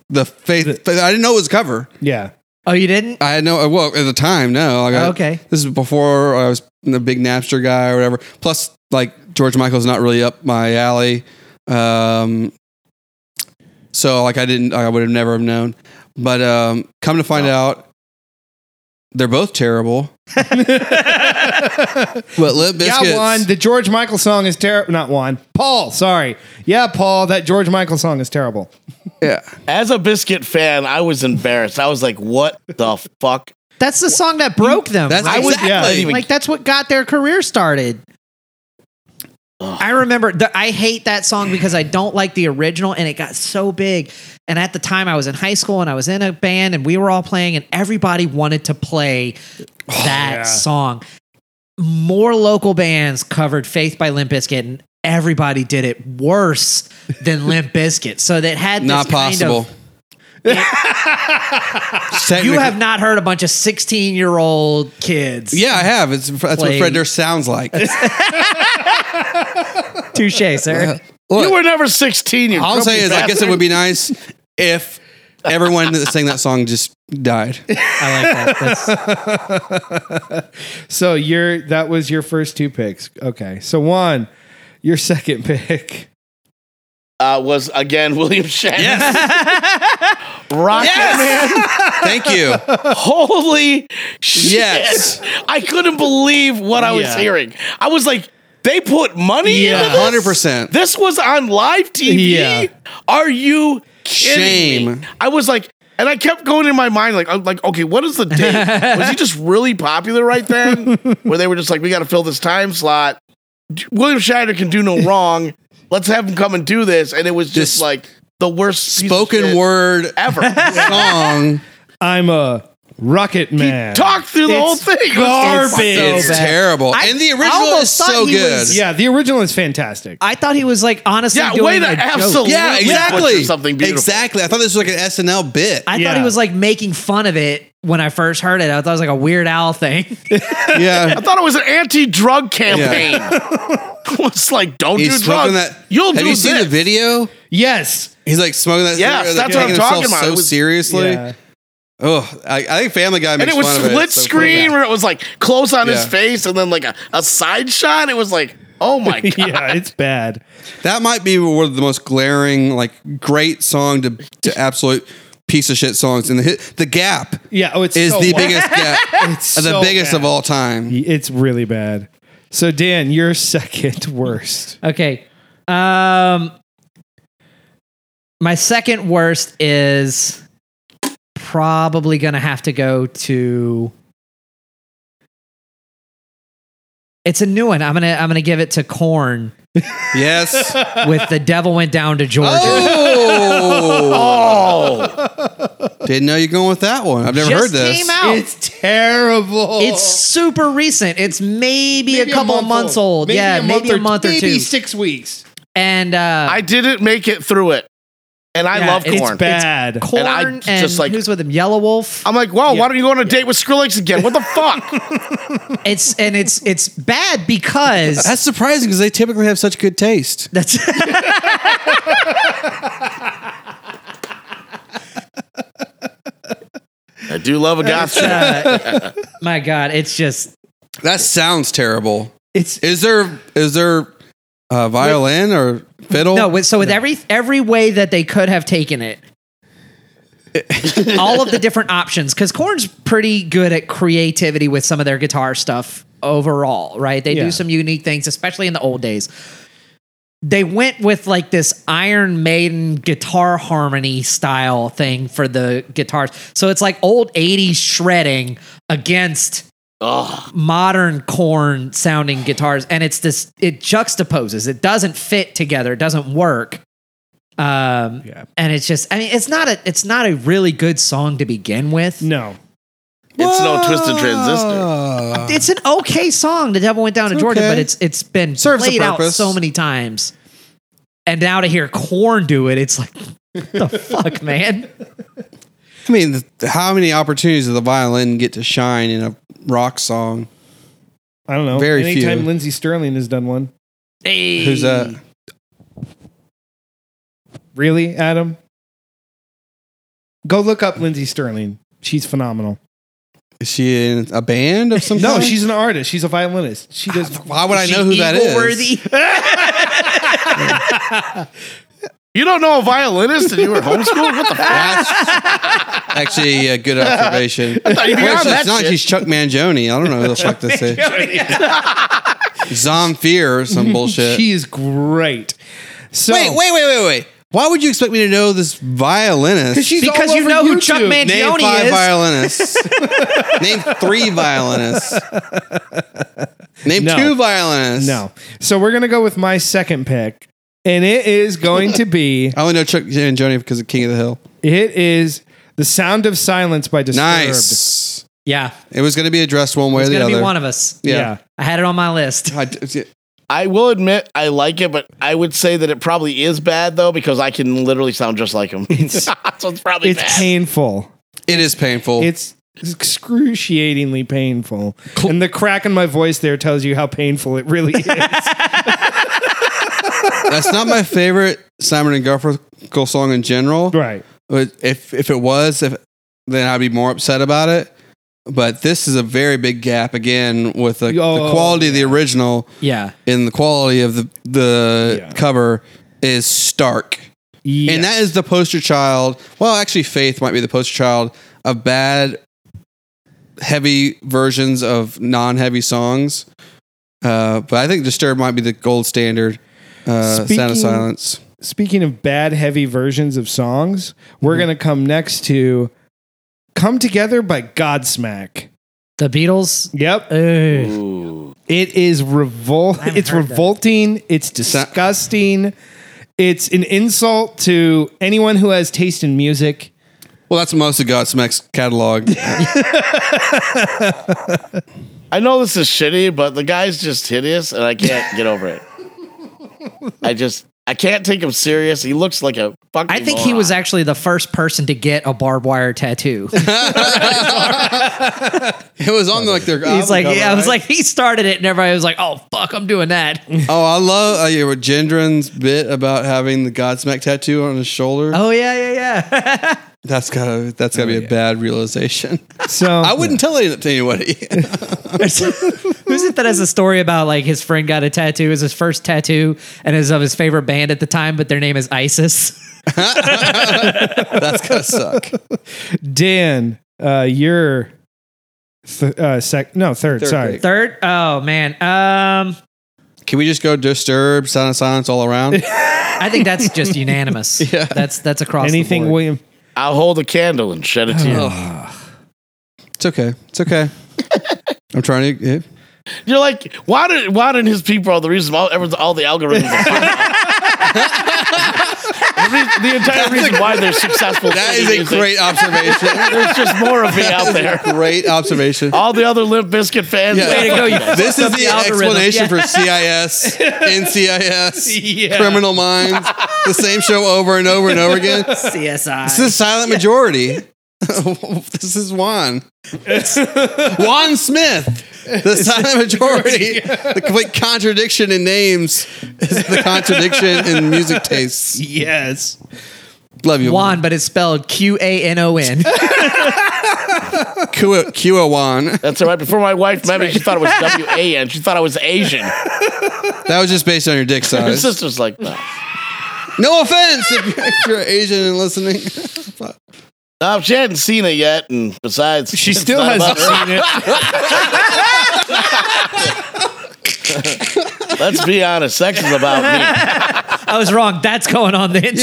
the Faith. I didn't know it was a cover. Yeah. Oh, you didn't? I had no, well, at the time, no. Like I- Okay. This is before I was a big Napster guy or whatever. Plus, like, George Michael's not really up my alley. Um, so, like, I didn't, I would have never have known. But um, come to find out, they're both terrible. But Limp Bizkit, Yeah, Juan, the George Michael song is terrible. Not Juan. Paul, sorry. Yeah, Paul, that George Michael song is terrible. yeah. As a Biscuit fan, I was embarrassed. I was like, what the fuck? That's the song that broke them. That's right? I would, yeah. exactly. like that's what got their career started. I remember the, I hate that song because I don't like the original and it got so big. And at the time I was in high school and I was in a band and we were all playing and everybody wanted to play Oh, that yeah. song. More local bands covered Faith by Limp Bizkit and everybody did it worse than Limp Bizkit. So that had this not kind of- possible. you Technically- have not heard a bunch of 16 year old kids. Yeah, I have. It's that's what Played. Fred Durst sounds like. Touche, sir. Look, You were never 16. You All I'm grumpy saying is, I guess it bastard. would be nice if everyone that sang that song just died. I like that. That's- So your that was your first two picks. Okay. So Juan, your second pick. Uh, was again William Shatner. Rocket Man. Thank you. Holy shit. Yes. I couldn't believe what I was Yeah. hearing. I was like, they put money Yeah. into this? 100%. This was on live TV? Yeah. Are you kidding Shame. me? I was like, and I kept going in my mind, like, I'm like, okay, what is the date? was he just really popular right then? Where they were just like, we got to fill this time slot. D- William Shatner can do no wrong. Let's have him come and do this. And it was just, Just like the worst piece of Spoken shit word ever. song. I'm a rocket man. Talk through the whole thing. garbage. So It's bad. terrible. I- and the I original is almost thought so he good. was- yeah, the original is fantastic. I thought he was like honestly Yeah, doing way to a joke. absolutely. Yeah, Little exactly. Butcher, something beautiful. Exactly. I thought this was like an SNL bit. I Yeah. thought he was like making fun of it when I first heard it. I thought it was like a Weird Owl thing. yeah. I thought it was an anti-drug campaign. it's like don't He's do smoking drugs. that. You'll Have do you this. seen the video? yes. He's like smoking that. cigarette, Yes, like, that's what I'm taking himself talking about. So It was- seriously. Yeah. Oh, I, I think Family Guy And makes it was fun of it. split It's so cool. screen where it was like close on his Yeah. face and then like a, a side shot. It was like, oh my god. yeah, it's bad. That might be one of the most glaring, like, great song to, to absolute piece of shit songs. And the hit, the gap Yeah, oh it's is so the bad. biggest gap, It's the so biggest bad. of all time. It's really bad. So Dan, your second worst. okay. Um my second worst is probably gonna have to go to it's a new one. I'm gonna I'm gonna give it to Corn Yes. with the devil went down to Georgia. Oh, Oh, didn't know you're going with that one. I've never Just heard this. came out. It's terrible. It's super recent. It's maybe, a couple months old. yeah, maybe a month or two. six weeks. And uh, I didn't make it through it, and I Yeah, love it's corn. Bad. Corn and I and, just, like- who's with him? Yellow Wolf. I'm like, wow, why don't you go on a date with Skrillex again? What the fuck? It's and it's it's bad because That's surprising because they typically have such good taste. that's I do love a gossip. uh, my god. It's just That sounds terrible. It's Is there is there a violin or fiddle? no. With, so with every every way that they could have taken it. all of the different options because corn's pretty good at creativity with some of their guitar stuff overall right they Yeah. do some unique things especially in the old days they went with like this Iron Maiden guitar harmony style thing for the guitars. So it's like old 80s shredding against modern corn sounding guitars. And it's this, it juxtaposes. It doesn't fit together. It doesn't work. Um, Yeah. and it's just I mean it's not a it's not a really good song to begin with. No. It's no twisted transistor. It's an okay song. The devil went down to Georgia, okay. but it's it's been Serves a played out purpose. so many times. And now to hear Corn do it, it's like the fuck, man. I mean, th- how many opportunities does the violin get to shine in a rock song? I don't know. Very few. Anytime Lindsey Sterling has done one. Hey. Who's that? Really, Adam? Go look up Lindsey Sterling. She's phenomenal. Is she in a band of some No, kind? she's an artist. She's a violinist. She Ah, does. Why would I She know who that is? eagle-worthy? You don't know a violinist and you were homeschooled? What the fuck? That's actually a good observation. thought you'd be Well, on that she's not. shit. She's Chuck Mangione. I don't know who the fuck this is. Zomfir or some bullshit. She is great. So wait, wait, wait, wait, wait. Why would you expect me to know this violinist? she's because all you over know who YouTube. Chuck Name Mangione five is. violinists. Name three violinists. Name No. two violinists. No. So we're gonna go with my second pick, and it is going to be I only know Chuck Mangione because of King of the Hill. it is the sound of silence by Disturbed. Nice. yeah, It was going to be addressed one way it's or the gonna other. be one of us. Yeah. Yeah. I had it on my list. God, it's- it- I will admit I like it, but I would say that it probably is bad though because I can literally sound just like him. so it's probably It's bad. painful. it is painful. It's excruciatingly painful. and the crack in my voice there tells you how painful it really is. That's not my favorite Simon and Garfunkel song in general. right. But if if it was, if then I'd be more upset about it. But this is a very big gap again with the, the Oh, quality of the original Yeah. and the quality of the the Yeah. cover is stark. Yeah. And that is the poster child. Well, actually, Faith might be the poster child of bad, heavy versions of non-heavy songs. Uh, but I think Disturbed might be the gold standard. Uh, Sound Speaking- of Silence. Speaking of bad, heavy versions of songs, we're Mm-hmm. gonna come next to "Come Together" by Godsmack. The Beatles. Yep. Ugh. It is revol. haven't It's heard that. revolting. It's disgusting. It's an insult to anyone who has taste in music. Well, that's most of Godsmack's catalog. I know this is shitty, but the guy's just hideous, and I can't get over it. I just I can't take him serious. He looks like a fucking. I think he was moron. actually the first person to get a barbed wire tattoo. It was on like their. He's like, yeah, I was like, he started it, and everybody was like, oh fuck, I'm doing that. oh, I love uh, your Gendron's bit about having the Godsmack tattoo on his shoulder. oh yeah, yeah, yeah. That's gotta that's gotta be a bad realization. So I wouldn't tell it to anybody. Who's it that has a story about like his friend got a tattoo? It was his first tattoo, and is of his favorite band at the time, but their name is ISIS. that's gonna suck. Dan, uh, your th- uh, sec no third. Third sorry. pick. Third, oh man, um, Can we just go disturb sound of silence all around? I think that's just unanimous. yeah, that's that's across the Anything, board. William? I'll hold a candle and shed it to you. It's okay. It's okay. I'm trying to. You're like, why did why did his people are the reason all everyone's all the algorithms? Are the, reason, the entire reason why they're successful. That in is a music. great observation. There's just more of me out there. great observation. All the other Limp Biscuit fans. Yeah. Way to go, you This is Fucked up the the algorithm. explanation Yeah. for CIS, NCIS, Yeah. Criminal Minds, the same show over and over and over again. This CSI. is silent majority. this is Juan. Juan Smith, the silent majority. The complete contradiction in names is the contradiction in music tastes. Yes. Love you, Juan, but it's spelled Q A N O N. Kua, Kua Juan. That's all right. Before my wife met me, she thought it was W A N. She thought I was Asian. That was just based on your dick Her size. sister's like that. no offense if, if you're Asian and listening. No, she hadn't seen it yet, and besides, She it's still not hasn't about seen it. her. Let's be honest, sex is about me. I was wrong. That's going on the Instagram.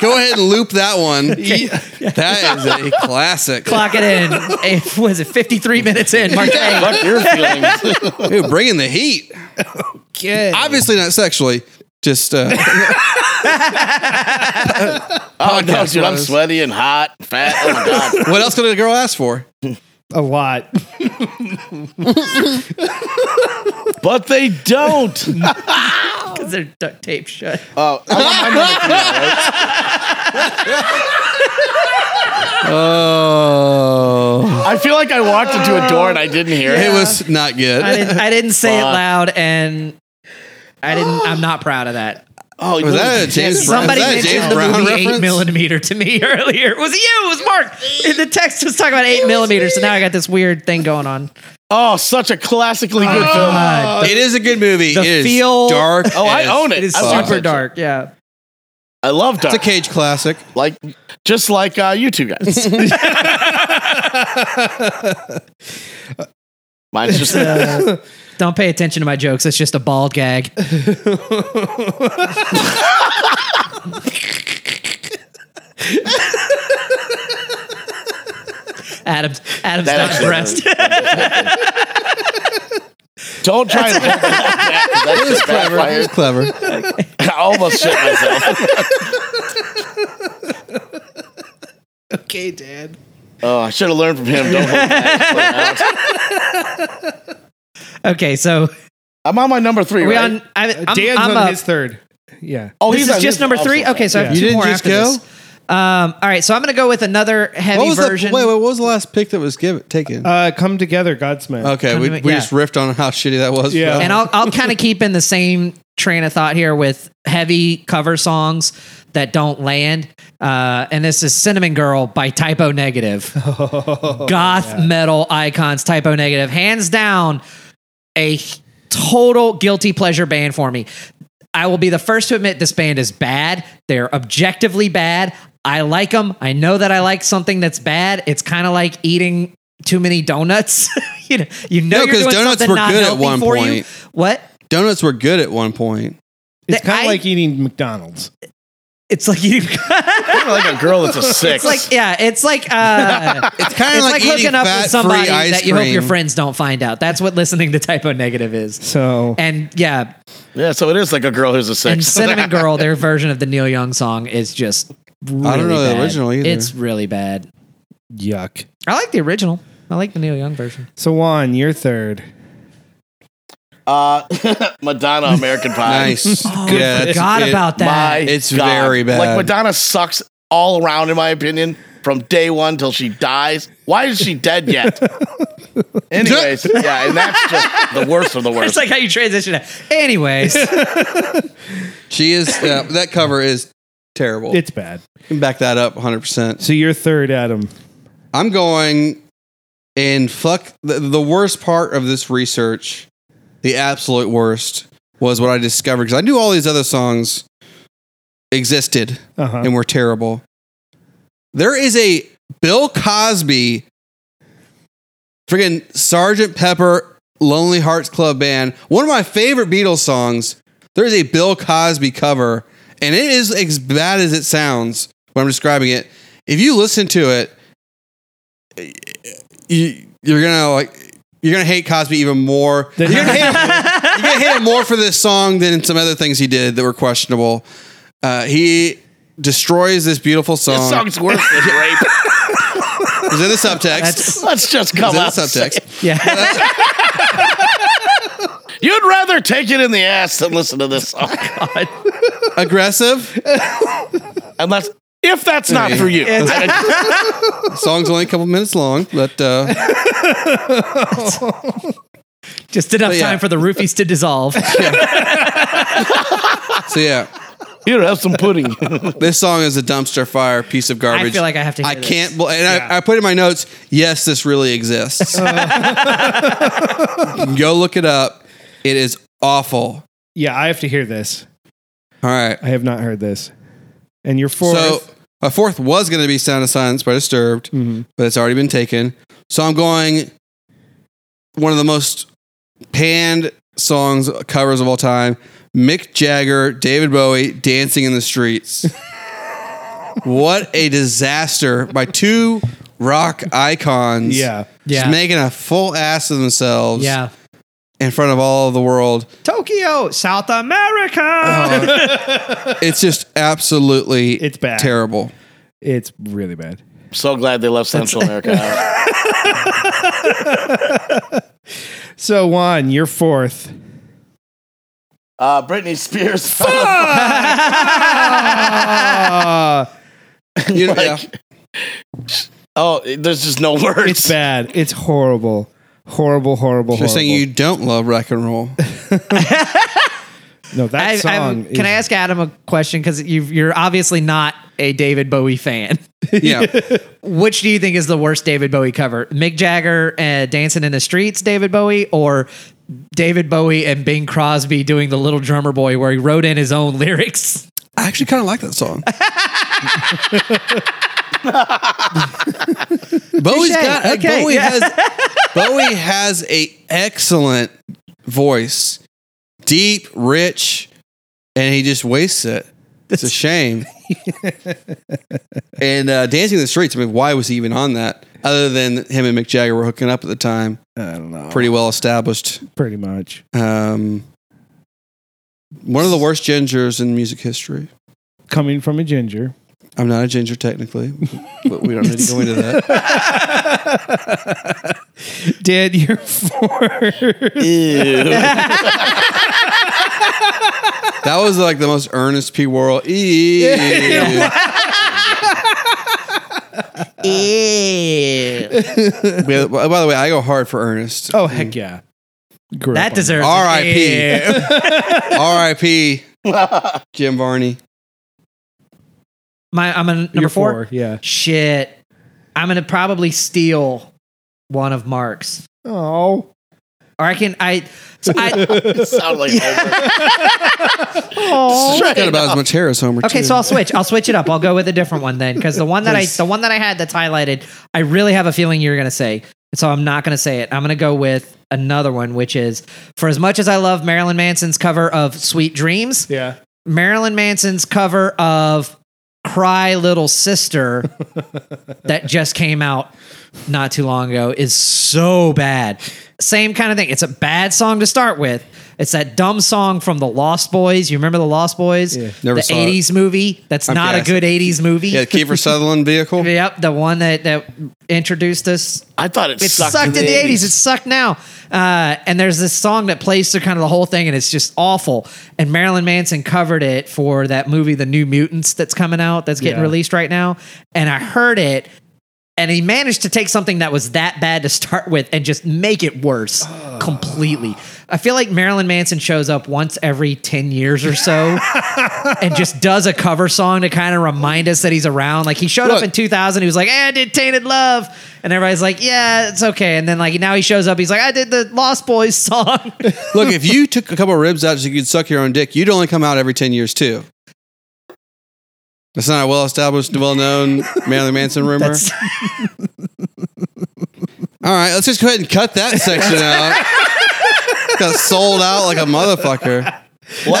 Go ahead and loop that one. That is a classic. Clock it in. It was it 53 minutes in. Mark Fuck your feelings. Dude, bringing the heat. Good. Obviously not sexually, Just uh, Oh no, dude, I'm Podcast-wise. sweaty and hot, and fat. Oh my god. what else could a girl ask for? A lot. But they don't. because they're duct tape shut. Oh, I want my money back, right? Oh, I feel like I walked into a door and I didn't hear it it. was not good. I didn't, I didn't say it Fuck. loud, and I didn't. I'm not proud of that. Oh, Was that a James Brown? Somebody was that a mentioned James the Brown movie Eight reference? Millimeter to me earlier. It was you? It was Mark? The text was talking about Eight Millimeter, so now I got this weird thing going on. Oh, such a classically good film. God. It is a good movie. The it is feel- dark. Oh, I as- own it. It is I love super it. dark. Yeah. I love It's a dark. Cage classic. Like just like uh, you two guys. Mine's just Don't pay attention to my jokes. It's just a bald gag. Adam's Adam's That not actually impressed. don't try and hold that back, 'cause that It was just backfired. clever. I almost shit myself. okay, Dad. Oh, I should have learned from him. Don't hold back. Put it out. okay, so I'm on my number three. are we right? on. I, I'm, Dan's I'm on up. his third. Yeah. Oh, this he's is on- just he's number also three. on. Okay, so I Yeah. have You two didn't more just after go? this. Um, all right, so I'm going to go with another heavy What was version. the wait, wait? What was the last pick that was given taken? Uh, come together, Godsmack. okay, we, Condiment- we yeah. just riffed on how shitty that was. Yeah. and I'll I'll kind of keep in the same train of thought here with heavy cover songs that don't land. Uh, and this is Cinnamon Girl by Typo Negative. Oh, Goth metal icons, Typo Negative. Hands down, a total guilty pleasure band for me. I will be the first to admit this band is bad. They're objectively bad. I like them. I know that I like something that's bad. It's kind of like eating too many donuts. you know, you know, No, you're 'cause doing donuts something were not good at healthy one for You. point. What? Donuts were good at one point. It's kind I- of like eating McDonald's. It's like you. it's Kinda like a girl that's a six. like yeah. It's like uh. It's kind It's of like, like, eating hooking up with fat-free somebody ice that you hope your cream. friends don't find out. That's what listening to typo negative is. So And yeah, yeah, so it is like a girl who's a and six. Cinnamon Girl, their version of the Neil Young song is just. Really don't know the bad. original either. It's really bad. yuck. I like the original. I like the Neil Young version. So Juan, you're third. Uh, Madonna, American Pie. Nice. Oh, Yeah, I that's- forgot it- about My that. It's God. very bad. Like Madonna sucks all around, in my opinion, from day one till she dies. Why is she dead yet? Anyways, yeah, and that's just the worst of the it's worst. like how you transition it. Anyways, She is yeah, that cover is terrible. It's bad. you can back that up 100. percent So you're third, Adam. I'm going and fuck the, the worst part of this research, the absolute worst was what I discovered because I knew all these other songs existed Uh Uh-huh. huh. and were terrible. There is a Bill Cosby friggin' Sergeant Pepper Lonely Hearts Club Band, one of my favorite Beatles songs. There is a Bill Cosby cover, and it is as bad as it sounds when I'm describing it. If you listen to it, you, you're gonna like you're gonna hate Cosby even more. You're gonna hate you get hit more for this song than some other things he did that were questionable. Uh, he destroys this beautiful This song. song's worse than rape. It's in the subtext. that's Let's just It's come in the out. and say it. subtext. yeah. You'd rather take it in the ass than listen to this song. Aggressive. Unless, if that's not for you. Song's only a couple minutes long, but uh, Just enough But yeah. time for the roofies to dissolve. so yeah, Here, have some pudding. this song is a dumpster fire piece of garbage. I feel like I have to. Hear I this. can't. bel- And I, I put in my notes. Yes, this really exists. Go look it up. It is awful. Yeah, I have to hear this. All right. I have not heard this. And you're fourth. So my fourth was going to be Sound of Silence by Disturbed, but it's already been taken. So I'm going one of the most panned songs covers of all time: Mick Jagger, David Bowie, "Dancing in the Streets." what a disaster by two rock icons! yeah. Yeah. Just making a full ass of themselves. Yeah. in front of all the world. Tokyo, South America. Oh, It's just absolutely It's bad. terrible. It's really bad. So glad they left Central America out. So Juan, you're fourth. Uh, Britney Spears. Ah, You know, Like- yeah. Oh, there's just no words. it's bad. It's horrible. Horrible, horrible, You're horrible. saying you don't love rock and roll. no, that I- I'm- song. can I ask Adam a question? Because you're obviously not a David Bowie fan. Yeah. Which do you think is the worst David Bowie cover? Mick Jagger uh, dancing in the streets, David Bowie, or David Bowie and Bing Crosby doing the Little Drummer Boy, where he wrote in his own lyrics? I actually kind of like that song. Bowie's Touche. got uh, Okay, Bowie yeah. has Bowie has a excellent voice, deep, rich, and he just wastes it. It's a shame. and uh, Dancing in the Streets. I mean, why was he even on that? Other than him and Mick Jagger were hooking up at the time, I don't know. pretty well established. Pretty much. Um, one of the worst gingers in music history. Coming from a ginger. I'm not a ginger technically, but we don't need to go into that. Dad, you're fourth. Ew. That was like the most earnest P world. E. Ew. By- By the way, I go hard for earnest. Oh heck yeah. Grew up That on deserves an R.I.P. ew. R.I.P. Jim Varney. My, I'm a number You're four. four. Yeah. Shit, I'm gonna probably steal one of Mark's, Oh. or I can I. So I Sound like Homer. Forgot about his Materis Homer. Okay, too. so I'll switch. I'll switch it up. I'll go with a different one then, because the one that I the one that I had that's highlighted, I really have a feeling you're gonna say. So I'm not gonna say it. I'm gonna go with another one, which is for as much as I love Marilyn Manson's cover of Sweet Dreams, Yeah. Marilyn Manson's cover of Cry Little Sister that just came out not too long ago is so bad. Same kind of thing. It's a bad song to start with. It's that dumb song from the Lost Boys. You remember the Lost Boys? Yeah. Never the saw it. 80s movie. That's I'm not gassed. a good 80s movie. Yeah, Kiefer Sutherland vehicle. Yep, the one that, that introduced us I thought it, it sucked, sucked, in the 80s. It sucked now. Uh, and there's this song that plays through kind of the whole thing, and it's just awful. And Marilyn Manson covered it for that movie, The New Mutants, that's coming out, that's getting Yeah. released right now. And I heard it, and he managed to take something that was that bad to start with and just make it worse completely. I feel like Marilyn Manson shows up once every 10 years or so and just does a cover song to kind of remind us that he's around. Like he showed up Look. in 2000, he was like, eh, I did Tainted Love. And everybody's like, yeah, it's okay. And then like now he shows up, he's like, I did the Lost Boys song. Look, if you took a couple of ribs out so you could suck your own dick, you'd only come out every 10 years, too. That's not a well established, well known Marilyn Manson rumor. That's- All right, let's just go ahead and cut that section out. Got sold out like a motherfucker. Like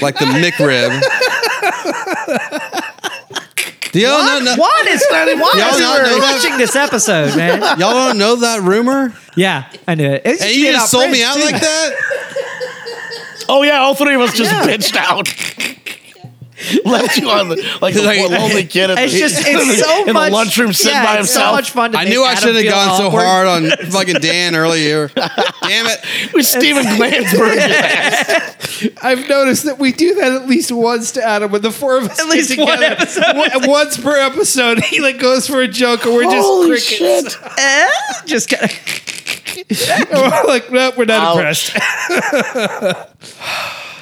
Like the McRib. Do y'all not know, Juan is, Juan Y'all is not know that? watching this episode, man. y'all don't know that rumor? Yeah, I knew it. It used to And be you in our just sold me out fridge, too. like that? oh yeah, all three of us just bitched out. Left you on the like the Like, poor lonely kid. At It's the, just it's so in much the lunchroom sitting yeah, by it's himself. So much fun. To I make knew I Adam should have feel gone so awkward. hard on fucking Dan earlier. Damn it. with Steven Glansberg. I've noticed that we do that at least once to Adam when the four of us At least get one together. episode. One- once per episode, he like goes for a joke, and we're Holy just crickets. shit! Eh? Just kind of. And we're like, nope, we're not Ouch. impressed.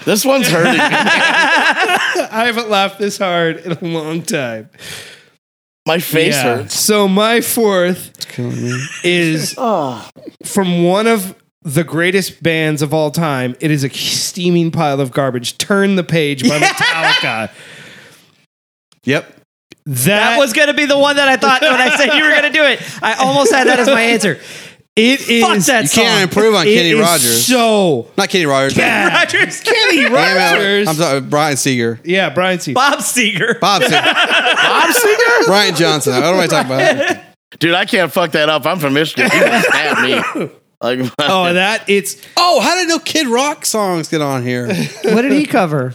This one's hurting. me. I haven't laughed this hard in a long time. My face hurts. So my fourth is from one of the greatest bands of all time. It is a steaming pile of garbage. Turn the page by Metallica. Yep. that, That was going to be the one that I thought when I said you were going to do it. I almost had that as my answer. it is Fuck that You song. can't improve on it Kenny is Rogers. So Not Kenny Rogers. Rogers, Kenny, Damn it. Rogers. I'm sorry, Brian Seeger. yeah, Brian C. Bob Seger. Bob Seger. Bob Seger? Brian Johnson. I don't know what I'm talking about. dude, I can't fuck that up. I'm from Michigan. You can stab me. Like, Oh, that it's Oh, how did no Kid Rock songs get on here? What did he cover?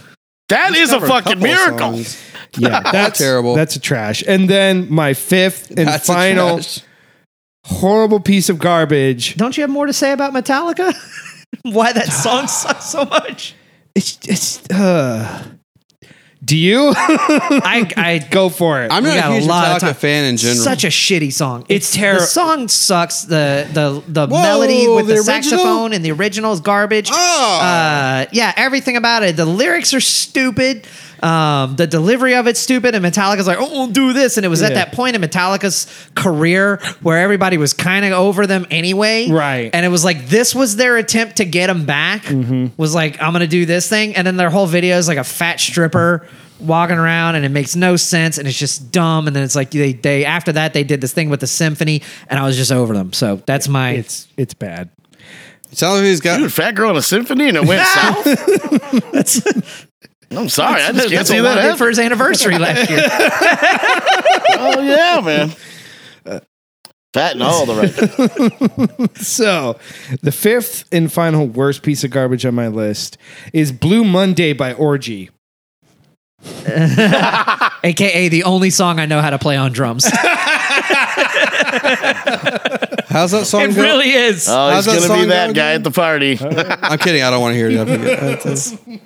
that is a Covered fucking couple miracle. songs. yeah, that's terrible. That's a trash. And then my fifth and That's a final trash. horrible piece of garbage. Don't you have more to say about Metallica? Why that song sucks so much? It's just. Uh, do you I, I go for it? I'm We not got a a huge lot of Metallica time. fan in general. Such a shitty song. It's The terrible. song sucks. The the the Whoa, melody with the, the original? saxophone and the original is garbage. Oh. Uh, yeah, everything about it. The lyrics are stupid. Um, the delivery of it's stupid, and Metallica's like, "Oh, we'll do this," and it was at Yeah. that point in Metallica's career where everybody was kind of over them anyway, Right. And it was like this was their attempt to get them back. Was like, "I'm gonna do this thing," and then their whole video is like a fat stripper walking around, and it makes no sense, and it's just dumb. And then it's like they they after that they did this thing with the symphony, and I was just over them. So that's my it's it's bad. Sounds like he's got Dude, fat girl in a symphony and it went south. that's, I'm sorry, I just can't that's see what that. Juan did happen. for his anniversary last year. Oh yeah, man. Uh, Fat and all the right. So, the fifth and final worst piece of garbage on my list is Blue Monday by Orgy. AKA the only song I know how to play on drums. it how's that song go? really is. Oh, How's he's that gonna song be that going, guy dude? at the party. I'm kidding. I don't want to hear it. That's- that's-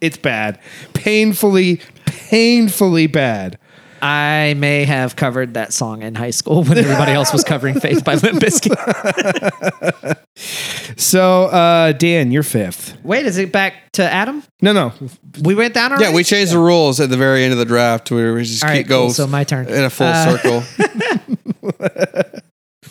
It's bad. Painfully, painfully bad. I may have covered that song in high school when everybody else was covering Faith by Limp Bizkit. So, uh, Dan, you're fifth. Wait, is it back to Adam? No, no. We went down already? yeah, we changed the rules at the very end of the draft. We were- we just All keep right, cool. goes So my turn. in a full Uh, circle.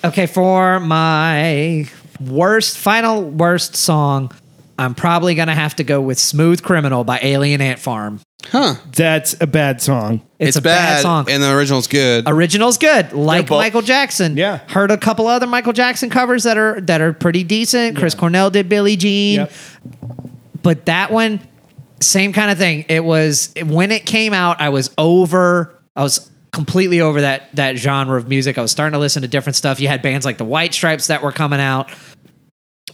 Okay, for my worst, final worst song, I'm probably going to have to go with Smooth Criminal by Alien Ant Farm. Huh? That's a bad song. It's, a bad, song. and the original's good. original's good like They're both- michael jackson Yeah. heard a couple other michael jackson covers that are that are pretty decent chris cornell did billie jean Yep. but that one same kind of thing it was when it came out i was over i was completely over that that genre of music i was starting to listen to different stuff you had bands like the white stripes that were coming out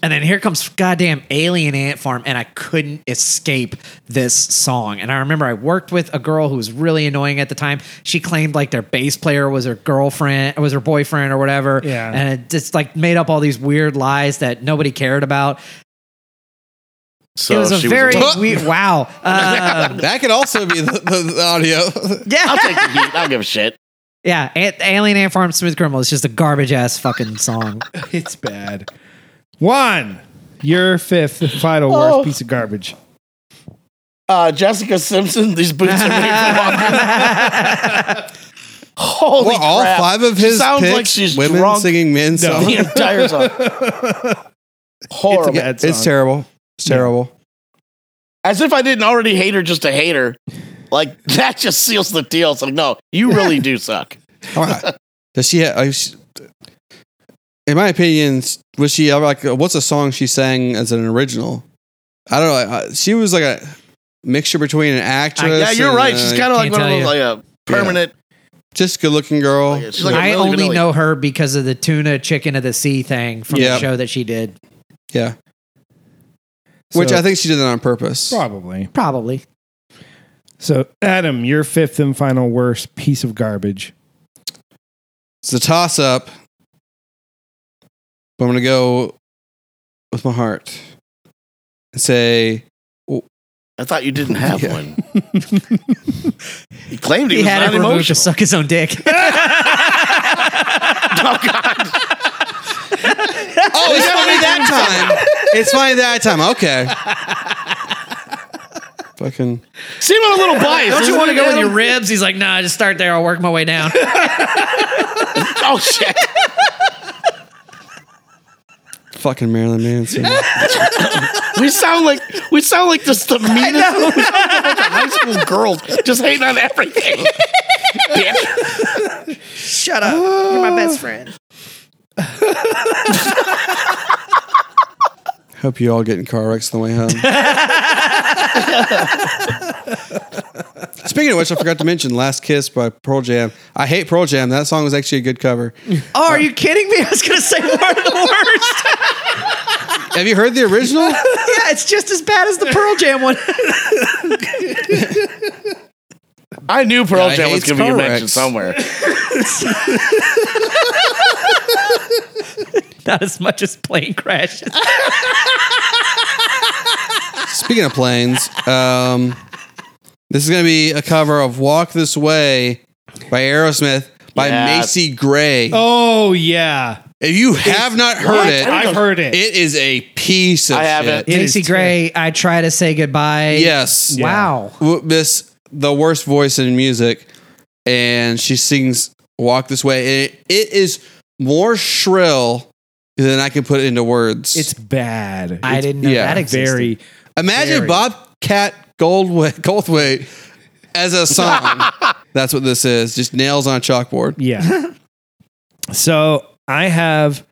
and then here comes goddamn Alien Ant Farm, and I couldn't escape this song. And I remember I worked with a girl who was really annoying at the time. She claimed like their bass player was her girlfriend, was her boyfriend, or whatever. Yeah. And it just like made up all these weird lies that nobody cared about. So it was a she very Was a- uh, weird. Wow. Um, that could also be the, the, the audio. yeah. I'll take the heat. I don't give a shit. Yeah. Ant- Alien Ant Farm, Smooth Criminal is just a garbage ass fucking song. It's bad. Juan, your fifth and final Oh. worst piece of garbage. Uh, Jessica Simpson, these boots are made for walking. Holy Well, all crap. five of She his sounds picks, like she's women drunk singing men songs. the entire song. Horrible. It's a bad It's, it's song. terrible. It's terrible. As if I didn't already hate her just to hate her. Like that just seals the deal. It's like, no, you really do suck. All right. Does she? Have, in my opinion, was she ever like? What's a song she sang as an original? I don't know. uh, She was like a mixture between an actress. Uh, yeah, you're and, right. uh, She's kind of like one Can't of tell those like a permanent. just a good-looking girl. She's like a I Milli only Vanilli. know her because of the tuna chicken of the sea thing from Yeah. the show that she did. yeah, which So- I think she did that on purpose. Probably. Probably. So, Adam, your fifth and final worst piece of garbage. It's a toss-up. But I'm gonna go with my heart and say I thought you didn't have Yeah. one. He claimed he, He was had not it removed to emotional. suck his own dick. Oh God! Oh, it's funny that time. It's funny that time. Okay. Fucking. Seem a little biased. Don't you isn't want to it, go with Adam? your ribs? He's like, nah, just start there. I'll work my way down. Oh shit! Fucking Marilyn Manson. We sound like we sound like just the meanest we sound like a bunch of high school girls just hating on everything. Bitch. Shut up. You're my best friend. Hope you all get in car wrecks on the way home. Speaking of which, I forgot to mention "Last Kiss" by Pearl Jam. I hate Pearl Jam. That song was actually a good cover. Oh, are you kidding me? I was gonna say one of the worst. Have you heard the original? yeah, it's just as bad as the Pearl Jam one. I knew Pearl Yeah, I Jam hate was going to be Skrillex. mentioned somewhere. Not as much as plane crashes. Speaking of planes, um, this is going to be a cover of "Walk This Way" by Aerosmith by Yeah. Macy Gray. Oh yeah, If you have not heard it, I've heard it. it is a piece of I shit. haven't. It is Macy Gray, I try to say goodbye. Yes. Wow. w- this the worst voice in music, and she sings "Walk This Way." It, it is more shrill than I can put into words. It's bad. I It's didn't know yeah, that existed. very. imagine very- Bobcat Goldway, Goldthwait as a song. That's what this is. Just nails on a chalkboard. Yeah. so I have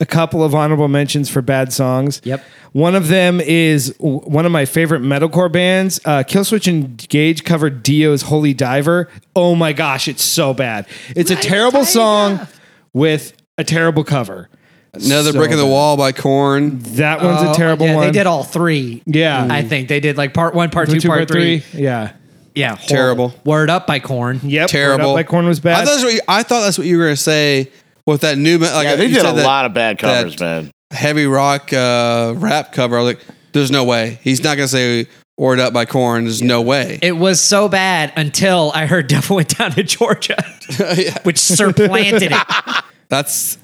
a couple of honorable mentions for bad songs. Yep. One of them is w- one of my favorite metalcore bands. Uh, Killswitch Engage covered Dio's "Holy Diver." Oh my gosh, it's so bad. It's a terrible song with a terrible cover. Another So brick in the bad. wall by Korn. That one's Oh, a terrible yeah, one. They did all three. Yeah. I think they did like part one, part two, Two, part, part three. Yeah. Yeah, horrible. Terrible. Word up by Corn. Yep. Word Up Terrible. Like corn was I bad. thought, that's what you, I thought that's what you were gonna say with that new. Like, Yeah, they you did a said that lot of bad covers, that- man. heavy rock uh, rap cover. I was like, there's no way he's not gonna say "Word Up" by Korn. There's no way. It was so bad until I heard Devil Went Down to Georgia, Yeah. which supplanted it. That's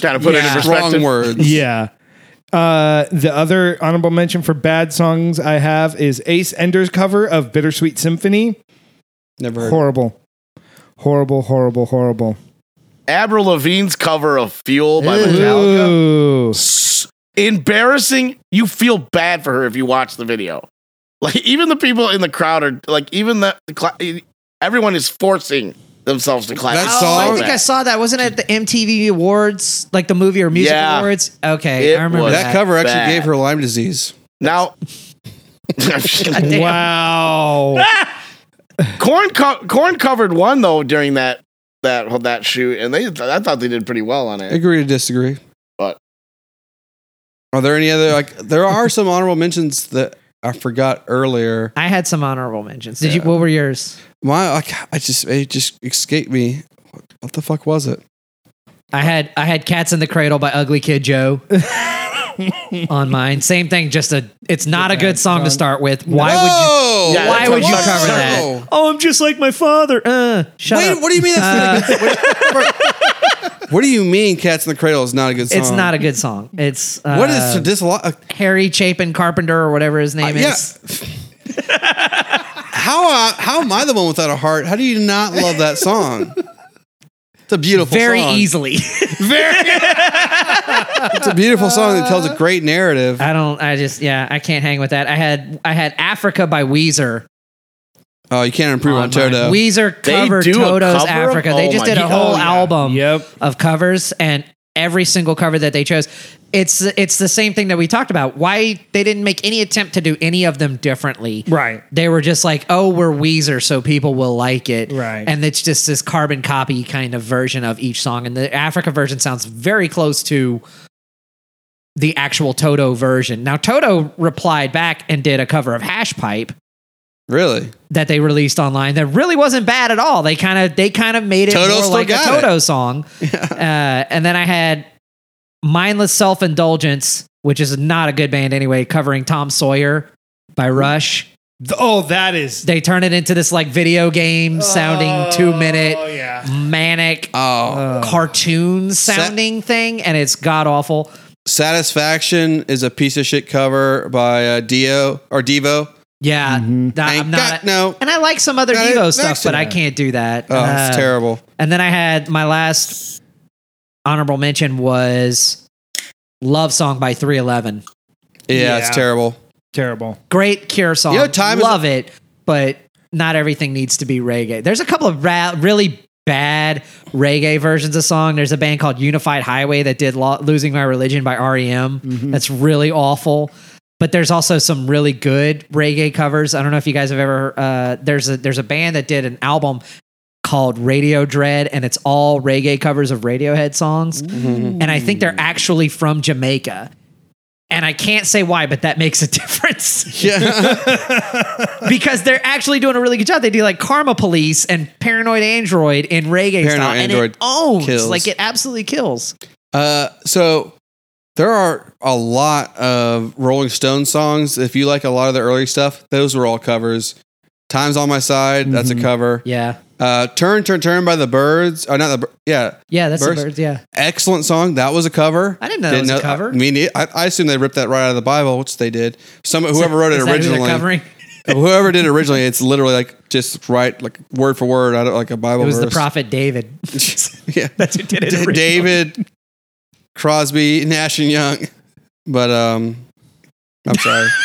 Gotta put it in strong perspective. words. Yeah. Uh, the other honorable mention for bad songs I have is Ace Ender's cover of Bittersweet Symphony. Never heard. Horrible. Horrible, horrible, horrible. Avril Lavigne's cover of Fuel by Metallica. Ooh. Embarrassing. You feel bad for her if you watch the video. Like even the people in the crowd are like even the, the cla- e, everyone is forcing themselves to clap. That It's so song- Oh, I think bad. I saw that. Wasn't it at the MTV Awards, like the movie or music Yeah. awards? Okay, It I remember was. That that. cover actually Bad. gave her Lyme disease. now. Damn. Wow. Corn co- Corn covered one though during that that that shoot, and they I thought they did pretty well on it. Agree to disagree. But- are there any other like? There are some honorable mentions that I forgot earlier. I had some honorable mentions. Did you? What were yours? My like, I just it just escaped me. What the fuck was it? I had I had Cats in the Cradle by Ugly Kid Joe on mine. Same thing. Just a. It's not a good song to start with. Why would you? Whoa! Yeah, Why that's would what you I'm cover saying. that? Oh, I'm just like my father. Uh, shut Wait, up. what do you mean? That's what, do you mean? Cats in the Cradle is not a good song. It's not a good song. It's uh, What is to dislike? Harry Chapin Carpenter or whatever his name yeah. is. how I, how am I the one without a heart? How do you not love that song? It's a beautiful, Very song. easily. It's a beautiful song that tells a great narrative. I don't. I just yeah. I can't hang with that. I had I had Africa by Weezer. Oh, you can't improve on, mine. Toto. Weezer They covered do a cover Toto's of- Africa. they Oh just my did a God. whole Oh, yeah. album Yep. of covers, and every single cover that they chose, it's it's the same thing that we talked about. Why they didn't make any attempt to do any of them differently? Right. They were just like, oh, we're Weezer, so people will like it. Right. And it's just this carbon copy kind of version of each song, and the Africa version sounds very close to. The actual Toto version. Now Toto replied back and did a cover of Hash Pipe, really? that they released online that really wasn't bad at all. They kind of they kind of made it Toto more still like a got it. Toto song. Uh, and then I had Mindless Self Indulgence, which is not a good band anyway, covering Tom Sawyer by Rush. Th- Oh, that is. They turn it into this like video game sounding two Oh, minute yeah. manic Oh, cartoon sounding thing, and it's god awful. Satisfaction is a piece of shit cover by uh, Dio or Devo. Yeah, that- Mm-hmm. Ain't I'm not. got no- and I like some other Got it Devo stuff, next to but I that. can't do that. Oh, it's Uh, terrible. And then I had my last honorable mention was Love Song by 311. Yeah, yeah. it's terrible. Terrible. Great Cure song. You know, time is- Love it, but not everything needs to be reggae. There's a couple of ra- really bad reggae versions of song. There's a band E Mm-hmm. called Unified Highway that did Lo- Losing My Religion by REM. That's really awful. But there's also some really good reggae covers. I don't know if you guys have ever. Uh, there's a there's a band that did an album called Radio Dread, and it's all reggae covers of Radiohead songs. Mm-hmm. And I think they're actually from Jamaica. And I can't say why, but that makes a difference Yeah. because they're actually doing a really good job. They do like Karma Police and Paranoid Android in reggae Paranoid style, and Android it owns kills. like it absolutely kills. uh, so there are a lot of Rolling Stone songs. If you like a lot of the early stuff, those were all covers. Times on my side, that's a Mm-hmm. cover. Yeah, Uh, turn, turn, turn by the birds. Oh, not the Bir- yeah. yeah, that's Burst. the birds. Yeah, Excellent song. That was a cover. I didn't know that was a cover. I mean, I, I assume they ripped that right out of the Bible, which they did. Some whoever wrote it Is that who they're originally, covering? whoever did it originally, it's literally like just right, like word for word, out of like a Bible. It was the verse. prophet David. Yeah, That's who did it. D- originally. David Crosby, Nash and Young. But um, I'm sorry.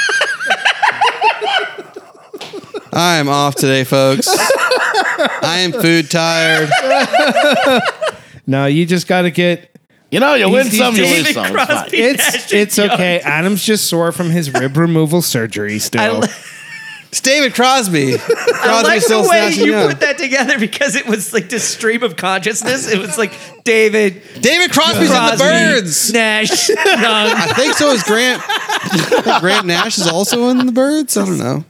I am off today, folks. I am food tired. No, you just got to get. You know, you win He's- some, you he's lose some. It's fine. It's it's okay. Adam's just sore from his rib removal surgery. I, Still, li- It's David Crosby. Crosby I like the stills way Nash and you Young. put that together because it was like this stream of consciousness. It was like David David Crosby's Crosby, in the birds. Nash, Young. I think so is Grant. Grant Nash is also in the birds. I don't know.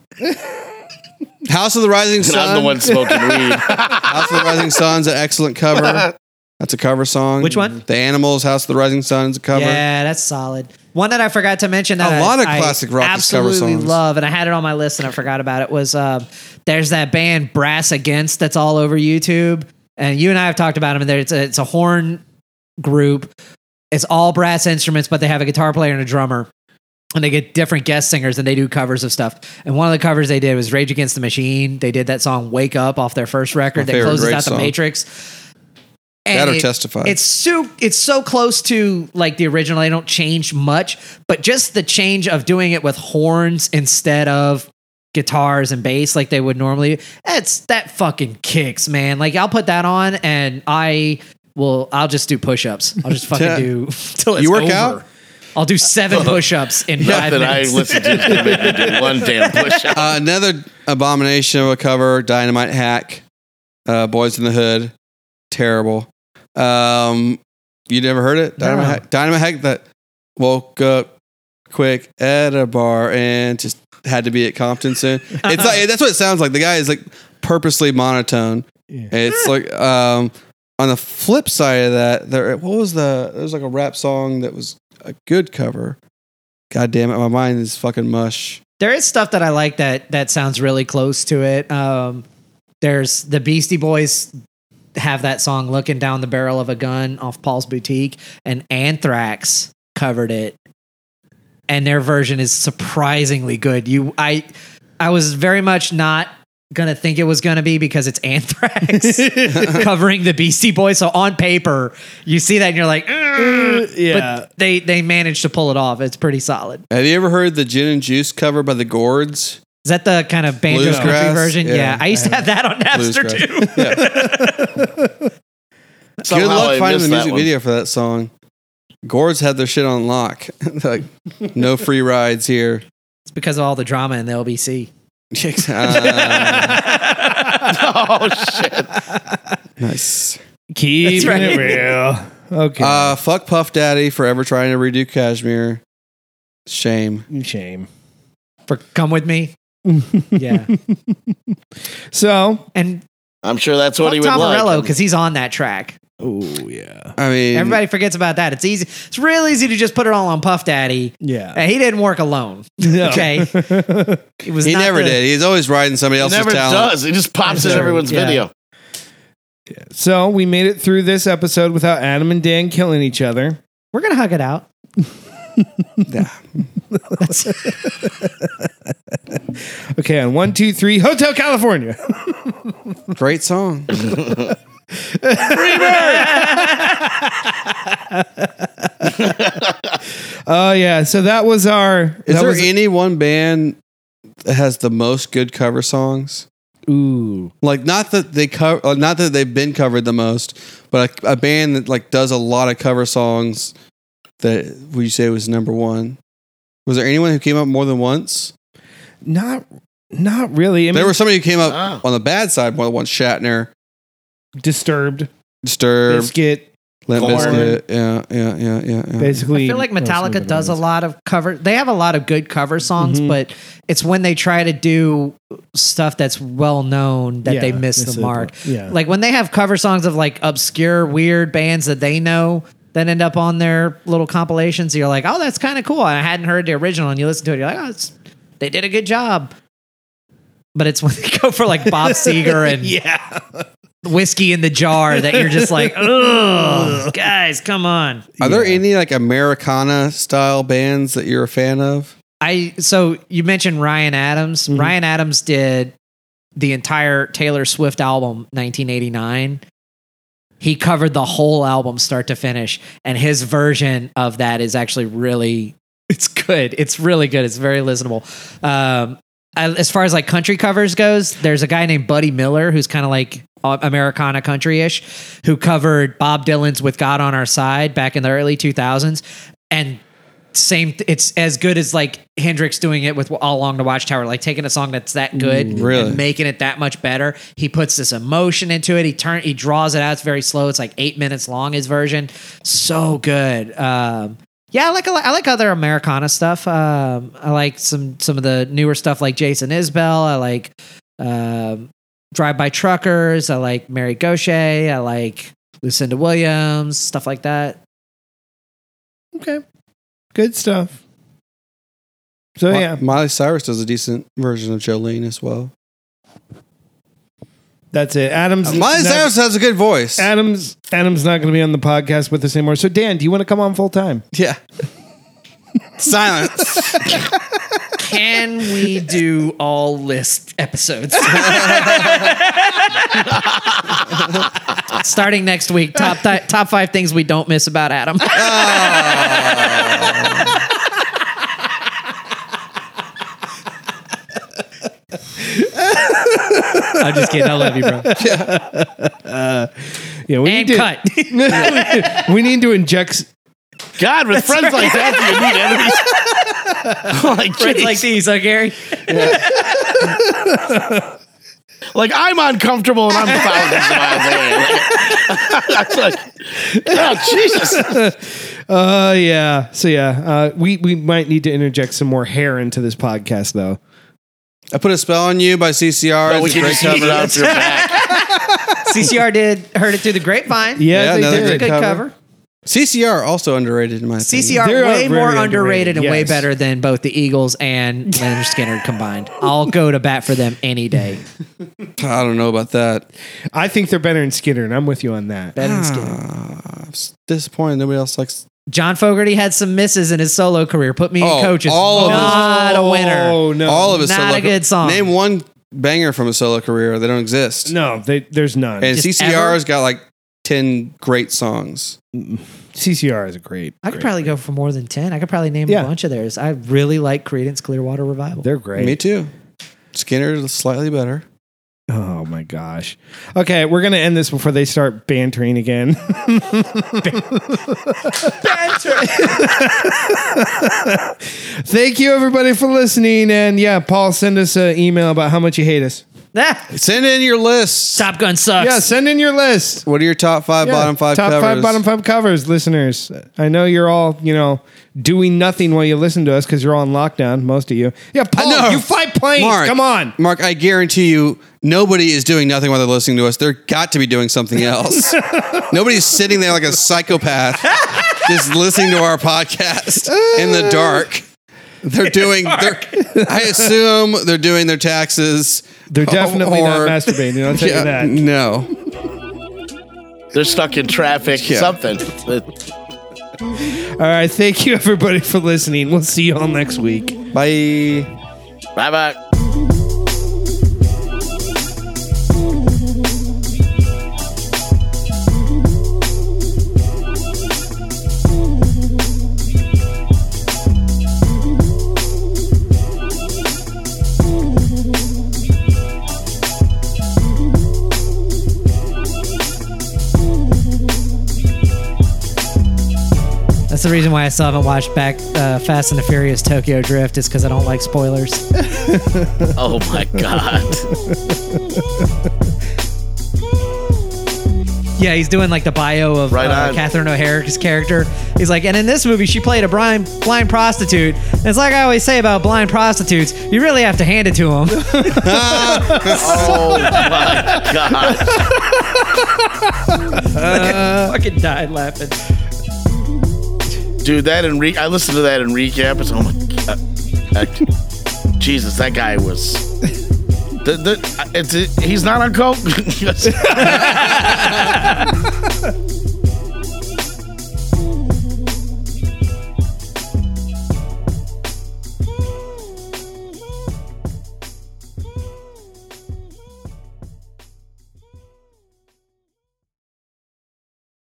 House of the Rising And Sun. I'm the one smoking weed. House of the Rising Sun's an excellent cover. That's a cover song. Which one? The Animals. House of the Rising Sun is a cover. Yeah, that's solid. One that I forgot to mention that A I- lot of I classic rock is cover absolutely songs. love, and I had it on my list and I forgot about it. Was uh, there's that band Brass Against that's all over YouTube, and you and I have talked about them. And there, it's a, it's a horn group. It's all brass instruments, but they have a guitar player and a drummer. And they get different guest singers and they do covers of stuff. And one of the covers they did was Rage Against the Machine. They did that song Wake Up off their first record that favorite closes Rage out song. the Matrix. And That or Testify. It's so it's so close to like the original. They don't change much, but just the change of doing it with horns instead of guitars and bass like they would normally. That's that fucking kicks, man. Like I'll put that on and I will. I'll just do push-ups. I'll just fucking Yeah. do till it's You work over. out? I'll do seven push-ups in five Nothing I minutes. listen to is gonna make me do one damn push up. Uh, another abomination of a cover. Dynamite Hack. Uh, Boys in the Hood. Terrible. Um, you never heard it? Dynamite No. Hack. Dynamite Hack that woke up quick at a bar and just had to be at Compton soon. It's like, that's what it sounds like. The guy is like purposely monotone. Yeah. It's like um, on the flip side of that, there what was the there was like a rap song that was a good cover. God damn it, my mind is fucking mush. there is stuff that I like that that sounds really close to it. Um, there's the Beastie Boys have that song "Looking Down the Barrel of a Gun" off Paul's Boutique, and Anthrax covered it, and their version is surprisingly good. You, I, I was very much not gonna think it was gonna be because it's Anthrax covering the Beastie Boys. So on paper, you see that and you're like, "Ugh," yeah. but they they managed to pull it off. It's pretty solid. Have you ever heard the Gin and Juice cover by the Gourds? Is that the kind of banjo Bluegrass, country version? yeah. Yeah. I used to have that on Napster too. Good Somehow I luck finding the missed that music one. video for that song. Gourds had their shit on lock. They're like, no free rides here. It's because of all the drama in the LBC. Uh, Oh shit! nice. keep That's it real. Okay, Uh, fuck Puff Daddy forever trying to redo Kashmir. Shame. shame. For come with me. Yeah. So, And I'm sure that's what fuck he Tom would Morello like. because he's on that track. oh yeah, I mean, Everybody forgets about that. It's easy. It's real easy to just put it all on Puff Daddy. yeah. And he didn't work alone. No. Okay. It was he not never the- did. He's always riding somebody He else's never talent. does. He just pops in Sure, everyone's yeah. video. So we made it through this episode without Adam and Dan killing each other. We're gonna hug it out. Okay, on one, two, three, Hotel California. Great song. Oh yeah. So that was our. Is that there was, any one band that has the most good cover songs? ooh. Like not that they cover, uh, not that they've been covered the most, but a, a band that like does a lot of cover songs. That would you say was number one? Was there anyone who came up more than once? Not not really. I mean, there was somebody who came up Ah. on the bad side more than once. Shatner, disturbed Disturbed, biscuit. Limp Korn. Bizkit. Yeah, yeah, yeah, yeah. yeah. Basically, Oh, I feel like most of Metallica it does a is. lot of cover. They have a lot of good cover songs, Mhm. but it's when they try to do stuff that's well known that Yeah, they miss the mark. Yeah, Like when they have cover songs of like obscure, weird bands that they know that end up on their little compilations. You're like, oh, that's kind of cool. I hadn't heard the original, and you listen to it, you're like, oh, it's, they did a good job. But it's when they go for like Bob Seger and yeah. whiskey in the jar that you're just like, oh, guys, come on. Are there any like Americana style bands that you're a fan of? I so you mentioned Ryan Adams. Mhm. Ryan Adams did the entire Taylor Swift album 1989. He covered the whole album start to finish and his version of that is actually really it's good. It's really good. It's very listenable. Um I- as far as like country covers goes, there's a guy named Buddy Miller who's kind of like uh, Americana country ish, who covered Bob Dylan's "With God on Our Side" back in the early 2000s, and same th- it's as good as like Hendrix doing it with All Along the Watchtower like taking a song that's that good really? and making it that much better he puts this emotion into it he turn he draws it out it's very slow it's like 8 minutes long his version so good um yeah, I like a lot- I like other Americana stuff. Um, I like some some of the newer stuff like Jason Isbell. I like um, Drive By Truckers. I like Mary Gaucher. I like Lucinda Williams. Stuff like that. Okay, good stuff. So Mi- Oh, yeah, Miley Cyrus does a decent version of Jolene as well. that's it. Adams. Miley never- Cyrus has a good voice. Adams. Adams not going to be on the podcast with us anymore. So Dan, do you want to come on full time? yeah. Silence. Can we do all list episodes? Starting next week, top thi- top five things we don't miss about Adam. I'm just kidding. I love you, bro. Yeah, we need And to cut. we need to inject. God, with friends like that, you need enemies. like, Friends like like, these, huh, Gary? like I'm uncomfortable and I'm thousands of miles away. That's like, oh Jesus! Uh, yeah. So yeah, uh, we we might need to interject some more hair into this podcast though. I put a spell on you by CCR. But Oh, we it's a can great just cover cover. it off your back. CCR did heard it through the grapevine. Yeah, Yeah, they another did. good great cover. cover. CCR also underrated in my opinion. CCR They are way very more underrated, underrated, and way yes. better than both the Eagles and Leonard Skinner combined. I'll go to bat for them any day. I don't know about that. I think they're better than Skinner, and I'm with you on that. Better than Skinner. Ah, I'm s- disappointed nobody else likes. John Fogerty had some misses in his solo career. Put me Oh, in coaches. all of his- Not a winner. Oh no, All of his Not solo a good song. Name one banger from his solo career. They don't exist. no, they, there's none. and Just CCR's got like 10 great songs. CCR is a great. I could great- probably go for more than 10. I could probably name Yeah. a bunch of theirs. I really like Credence Clearwater Revival. They're great. Me too. Skinner is slightly better. Oh my gosh. Okay, we're gonna end this before they start bantering again. Thank you everybody for listening, and yeah, Paul, send us an email about how much you hate us. Ah, Send in your list. Top Gun sucks. Yeah, send in your list. What are your top five, Yeah, bottom five top covers? five, bottom five covers, listeners. I know you're all you know doing nothing while you listen to us because you're all in lockdown, most of you. Yeah, Paul, know. Oh, you fly planes. Mark, Come on. Mark, I guarantee you nobody is doing nothing while they're listening to us. They're got to be doing something else. Nobody's sitting there like a psychopath just listening to our podcast in the dark. They're doing They're, I assume they're doing their taxes. They're definitely or- not masturbating. I'll tell Yeah, you that. No. They're stuck in traffic. Yeah. Something. All right, thank you everybody for listening. We'll see you all next week. Bye. Bye bye. That's the reason why I still haven't watched back uh, Fast and the Furious Tokyo Drift is because I don't like spoilers. Oh my god. Yeah, he's doing like the bio of Right uh, on. Catherine O'Hara's character. He's like, and in this movie, she played a blind blind prostitute. And it's like I always say about blind prostitutes, you really have to hand it to them. Oh my god. Fucking died laughing. Dude, that Enrique, I listened to that in recap. It's, oh my god. That- Jesus, that guy was. The, the, it's, he's not on coke.